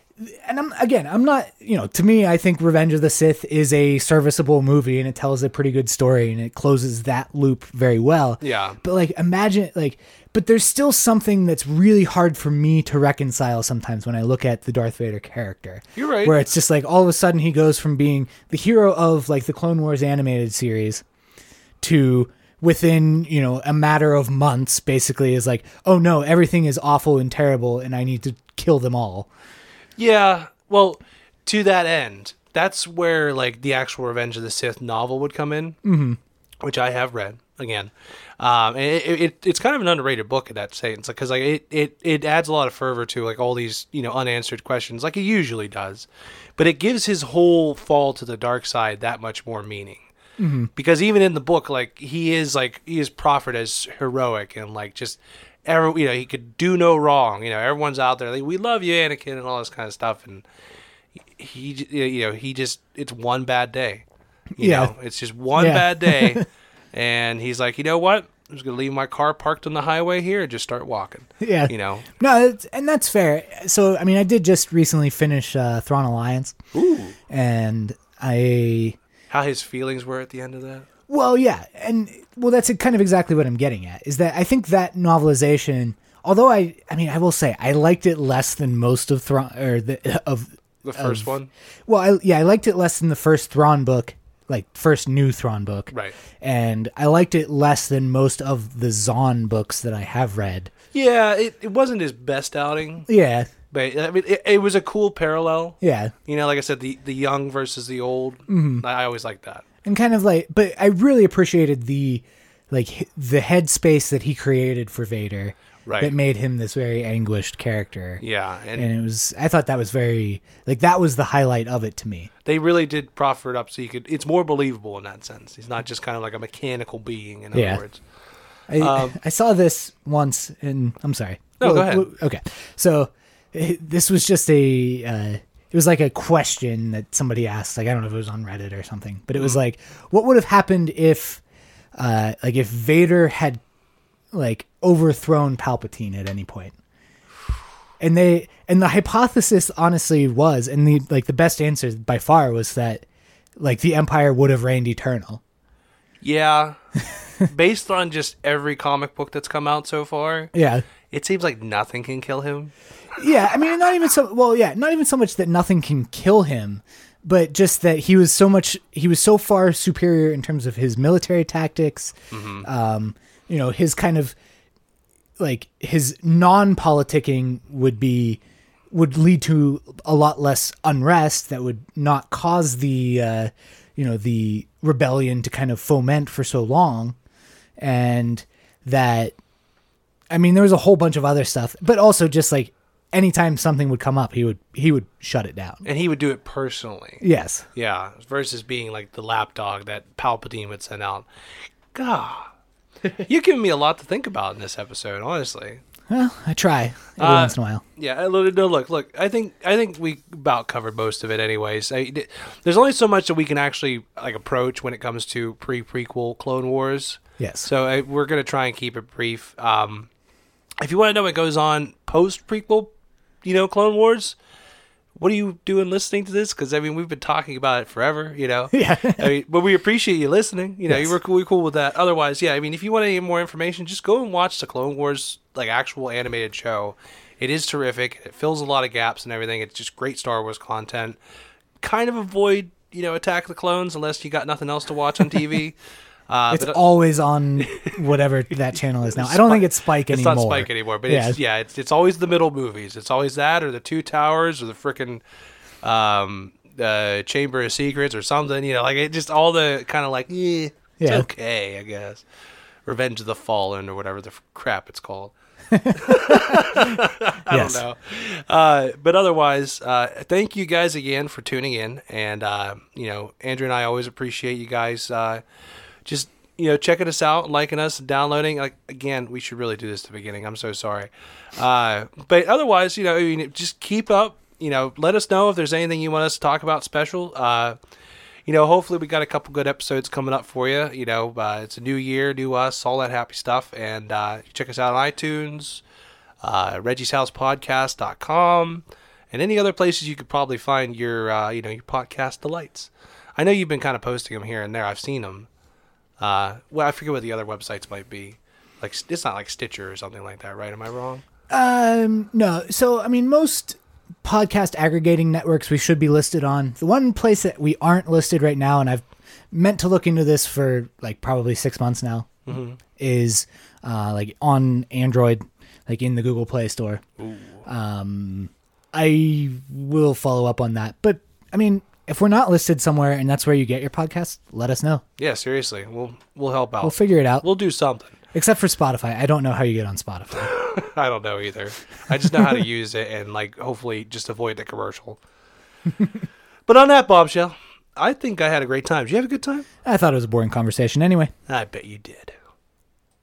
Speaker 2: and i'm again i'm not you know to me i think revenge of the sith is a serviceable movie and it tells a pretty good story and it closes that loop very well
Speaker 1: Yeah.
Speaker 2: but like imagine like but there's still something that's really hard for me to reconcile sometimes when i look at the darth vader character
Speaker 1: You're right.
Speaker 2: where it's just like all of a sudden he goes from being the hero of like the clone wars animated series to within you know a matter of months basically is like oh no everything is awful and terrible and i need to kill them all
Speaker 1: Yeah. Well, to that end, that's where like the actual Revenge of the Sith novel would come in, mm-hmm. which I have read again. Um, and it, it, it's kind of an underrated book in that sense because like it, it it adds a lot of fervor to like all these you know unanswered questions like it usually does, but it gives his whole fall to the dark side that much more meaning. Because even in the book, like he is like he is proffered as heroic and like just every you know he could do no wrong. You know everyone's out there like we love you, Anakin, and all this kind of stuff. And he j- you know he just it's one bad day you
Speaker 2: Yeah.
Speaker 1: know it's just one
Speaker 2: Yeah.
Speaker 1: bad day and he's like you know what i'm just gonna leave my car parked on the highway here and just start walking
Speaker 2: yeah
Speaker 1: you know
Speaker 2: no it's, and that's fair so i mean i did just recently finish uh thrawn alliance
Speaker 1: Ooh.
Speaker 2: and i
Speaker 1: how his feelings were at the end of that
Speaker 2: Well, yeah, and well, that's kind of exactly what I'm getting at. Is that I think that novelization, although I, I mean, I will say I liked it less than most of Thrawn or the of.
Speaker 1: the first one
Speaker 2: Well, I, yeah, I liked it less than the first Thrawn book, like first new Thrawn book,
Speaker 1: Right.
Speaker 2: And I liked it less than most of the Zon books that I have read.
Speaker 1: yeah it, it wasn't his best outing
Speaker 2: Yeah,
Speaker 1: but i mean it, it was a cool parallel
Speaker 2: yeah.
Speaker 1: you know like i said the the young versus the old mm-hmm. i I always like that
Speaker 2: and kind of like but i really appreciated the like h- the headspace that he created for vader
Speaker 1: Right.
Speaker 2: that made him this very anguished character.
Speaker 1: Yeah, and,
Speaker 2: And it was I thought that was very like that was the highlight of it to me.
Speaker 1: they really did proffer it up so you could. It's more believable in that sense. He's not just kind of like a mechanical being. In other
Speaker 2: Yeah.
Speaker 1: words,
Speaker 2: I, I saw this once, and I'm sorry.
Speaker 1: Um, No, go ahead.
Speaker 2: okay, so eh, this was just a. Uh, it was like a question that somebody asked. Like I don't know if it was on Reddit or something, but it
Speaker 1: Mm-hmm.
Speaker 2: was like, what would have happened if, uh, like, if Vader had, like, overthrown Palpatine at any point? And they and the hypothesis honestly was, and the like the best answer by far was that, like, the Empire would have reigned eternal.
Speaker 1: yeah. Based on just every comic book that's come out so far,
Speaker 2: Yeah.
Speaker 1: it seems like nothing can kill him.
Speaker 2: Yeah, I mean, not even so. Well, yeah, not even so much that nothing can kill him, but just that he was so much. He was so far superior in terms of his military tactics. Um, you know, his kind of like his non-politicking would be would lead to a lot less unrest that would not cause the uh, you know the rebellion to kind of foment for so long, and that I mean, there was a whole bunch of other stuff, but also just like anytime something would come up, he would he would shut it down.
Speaker 1: And he would do it personally.
Speaker 2: Yes.
Speaker 1: Yeah. Versus being like the lapdog that Palpatine would send out. God. You've given me a lot to think about in this episode, honestly.
Speaker 2: Well, I try every
Speaker 1: Uh,
Speaker 2: once in a while.
Speaker 1: Yeah, I- look- no, look, look. I think I think we about covered most of it, anyways. I, th- there's only so much that we can actually like approach when it comes to pre prequel Clone Wars.
Speaker 2: Yes.
Speaker 1: So I, we're gonna try and keep it brief. Um, if you want to know what goes on post prequel, you know, Clone Wars, what are you doing listening to this? Because I mean, we've been talking about it forever, you know.
Speaker 2: Yeah.
Speaker 1: I mean, but we appreciate you listening. You know,
Speaker 2: Yes.
Speaker 1: you were cool, we cool with that. Otherwise, yeah, I mean, if you want any more information, just go and watch the Clone Wars like actual animated show. It is terrific. It fills a lot of gaps and everything. It's just great Star Wars content. Kind of avoid you know Attack of the Clones unless you got nothing else to watch on TV. Uh,
Speaker 2: it's
Speaker 1: but-
Speaker 2: always on whatever that channel is now. I don't think it's Spike
Speaker 1: it's
Speaker 2: anymore.
Speaker 1: not Spike anymore, but
Speaker 2: yeah,
Speaker 1: it's, yeah, it's it's always the middle movies. It's always that or the Two Towers or the freaking um, uh, Chamber of Secrets or something. You know, like it just all the kind of like eh, it's
Speaker 2: Yeah.
Speaker 1: okay, I guess. Revenge of the Fallen or whatever the f- crap it's called. I
Speaker 2: Yes.
Speaker 1: don't know. Uh, but otherwise, uh, thank you guys again for tuning in. And, uh, you know, Andrew and I always appreciate you guys uh, just, you know, checking us out, liking us, downloading. Like, again, we should really do this at the beginning. I'm so sorry. Uh, but otherwise, you know, I mean, just keep up. You know, let us know if there's anything you want us to talk about special. Uh, you know, hopefully we got a couple good episodes coming up for you. You know, uh, it's a new year, new us, all that happy stuff. And uh, check us out on iTunes, uh, Reggie's House Podcast.com, and any other places you could probably find your, uh, you know, your podcast delights. I know you've been kind of posting them here and there. I've seen them. Uh, well, I forget what the other websites might be. Like it's not like Stitcher or something like that, right? Am I wrong?
Speaker 2: Um, no. So I mean, most podcast aggregating networks we should be listed on. The one place that we aren't listed right now, and I've meant to look into this for like probably six months now, is uh, like on Android, like in the Google Play Store. Um, I will follow up on that, but I mean, if we're not listed somewhere and that's where you get your podcast, let us know.
Speaker 1: Yeah, seriously, we'll we'll help out.
Speaker 2: We'll figure it out.
Speaker 1: we'll do something.
Speaker 2: Except for Spotify, I don't know how you get on Spotify.
Speaker 1: I don't know either. I just know how to use it and like hopefully just avoid the commercial. but on that bombshell, I think I had a great time. Did you have a good time?
Speaker 2: I thought it was a boring conversation anyway.
Speaker 1: I bet you did.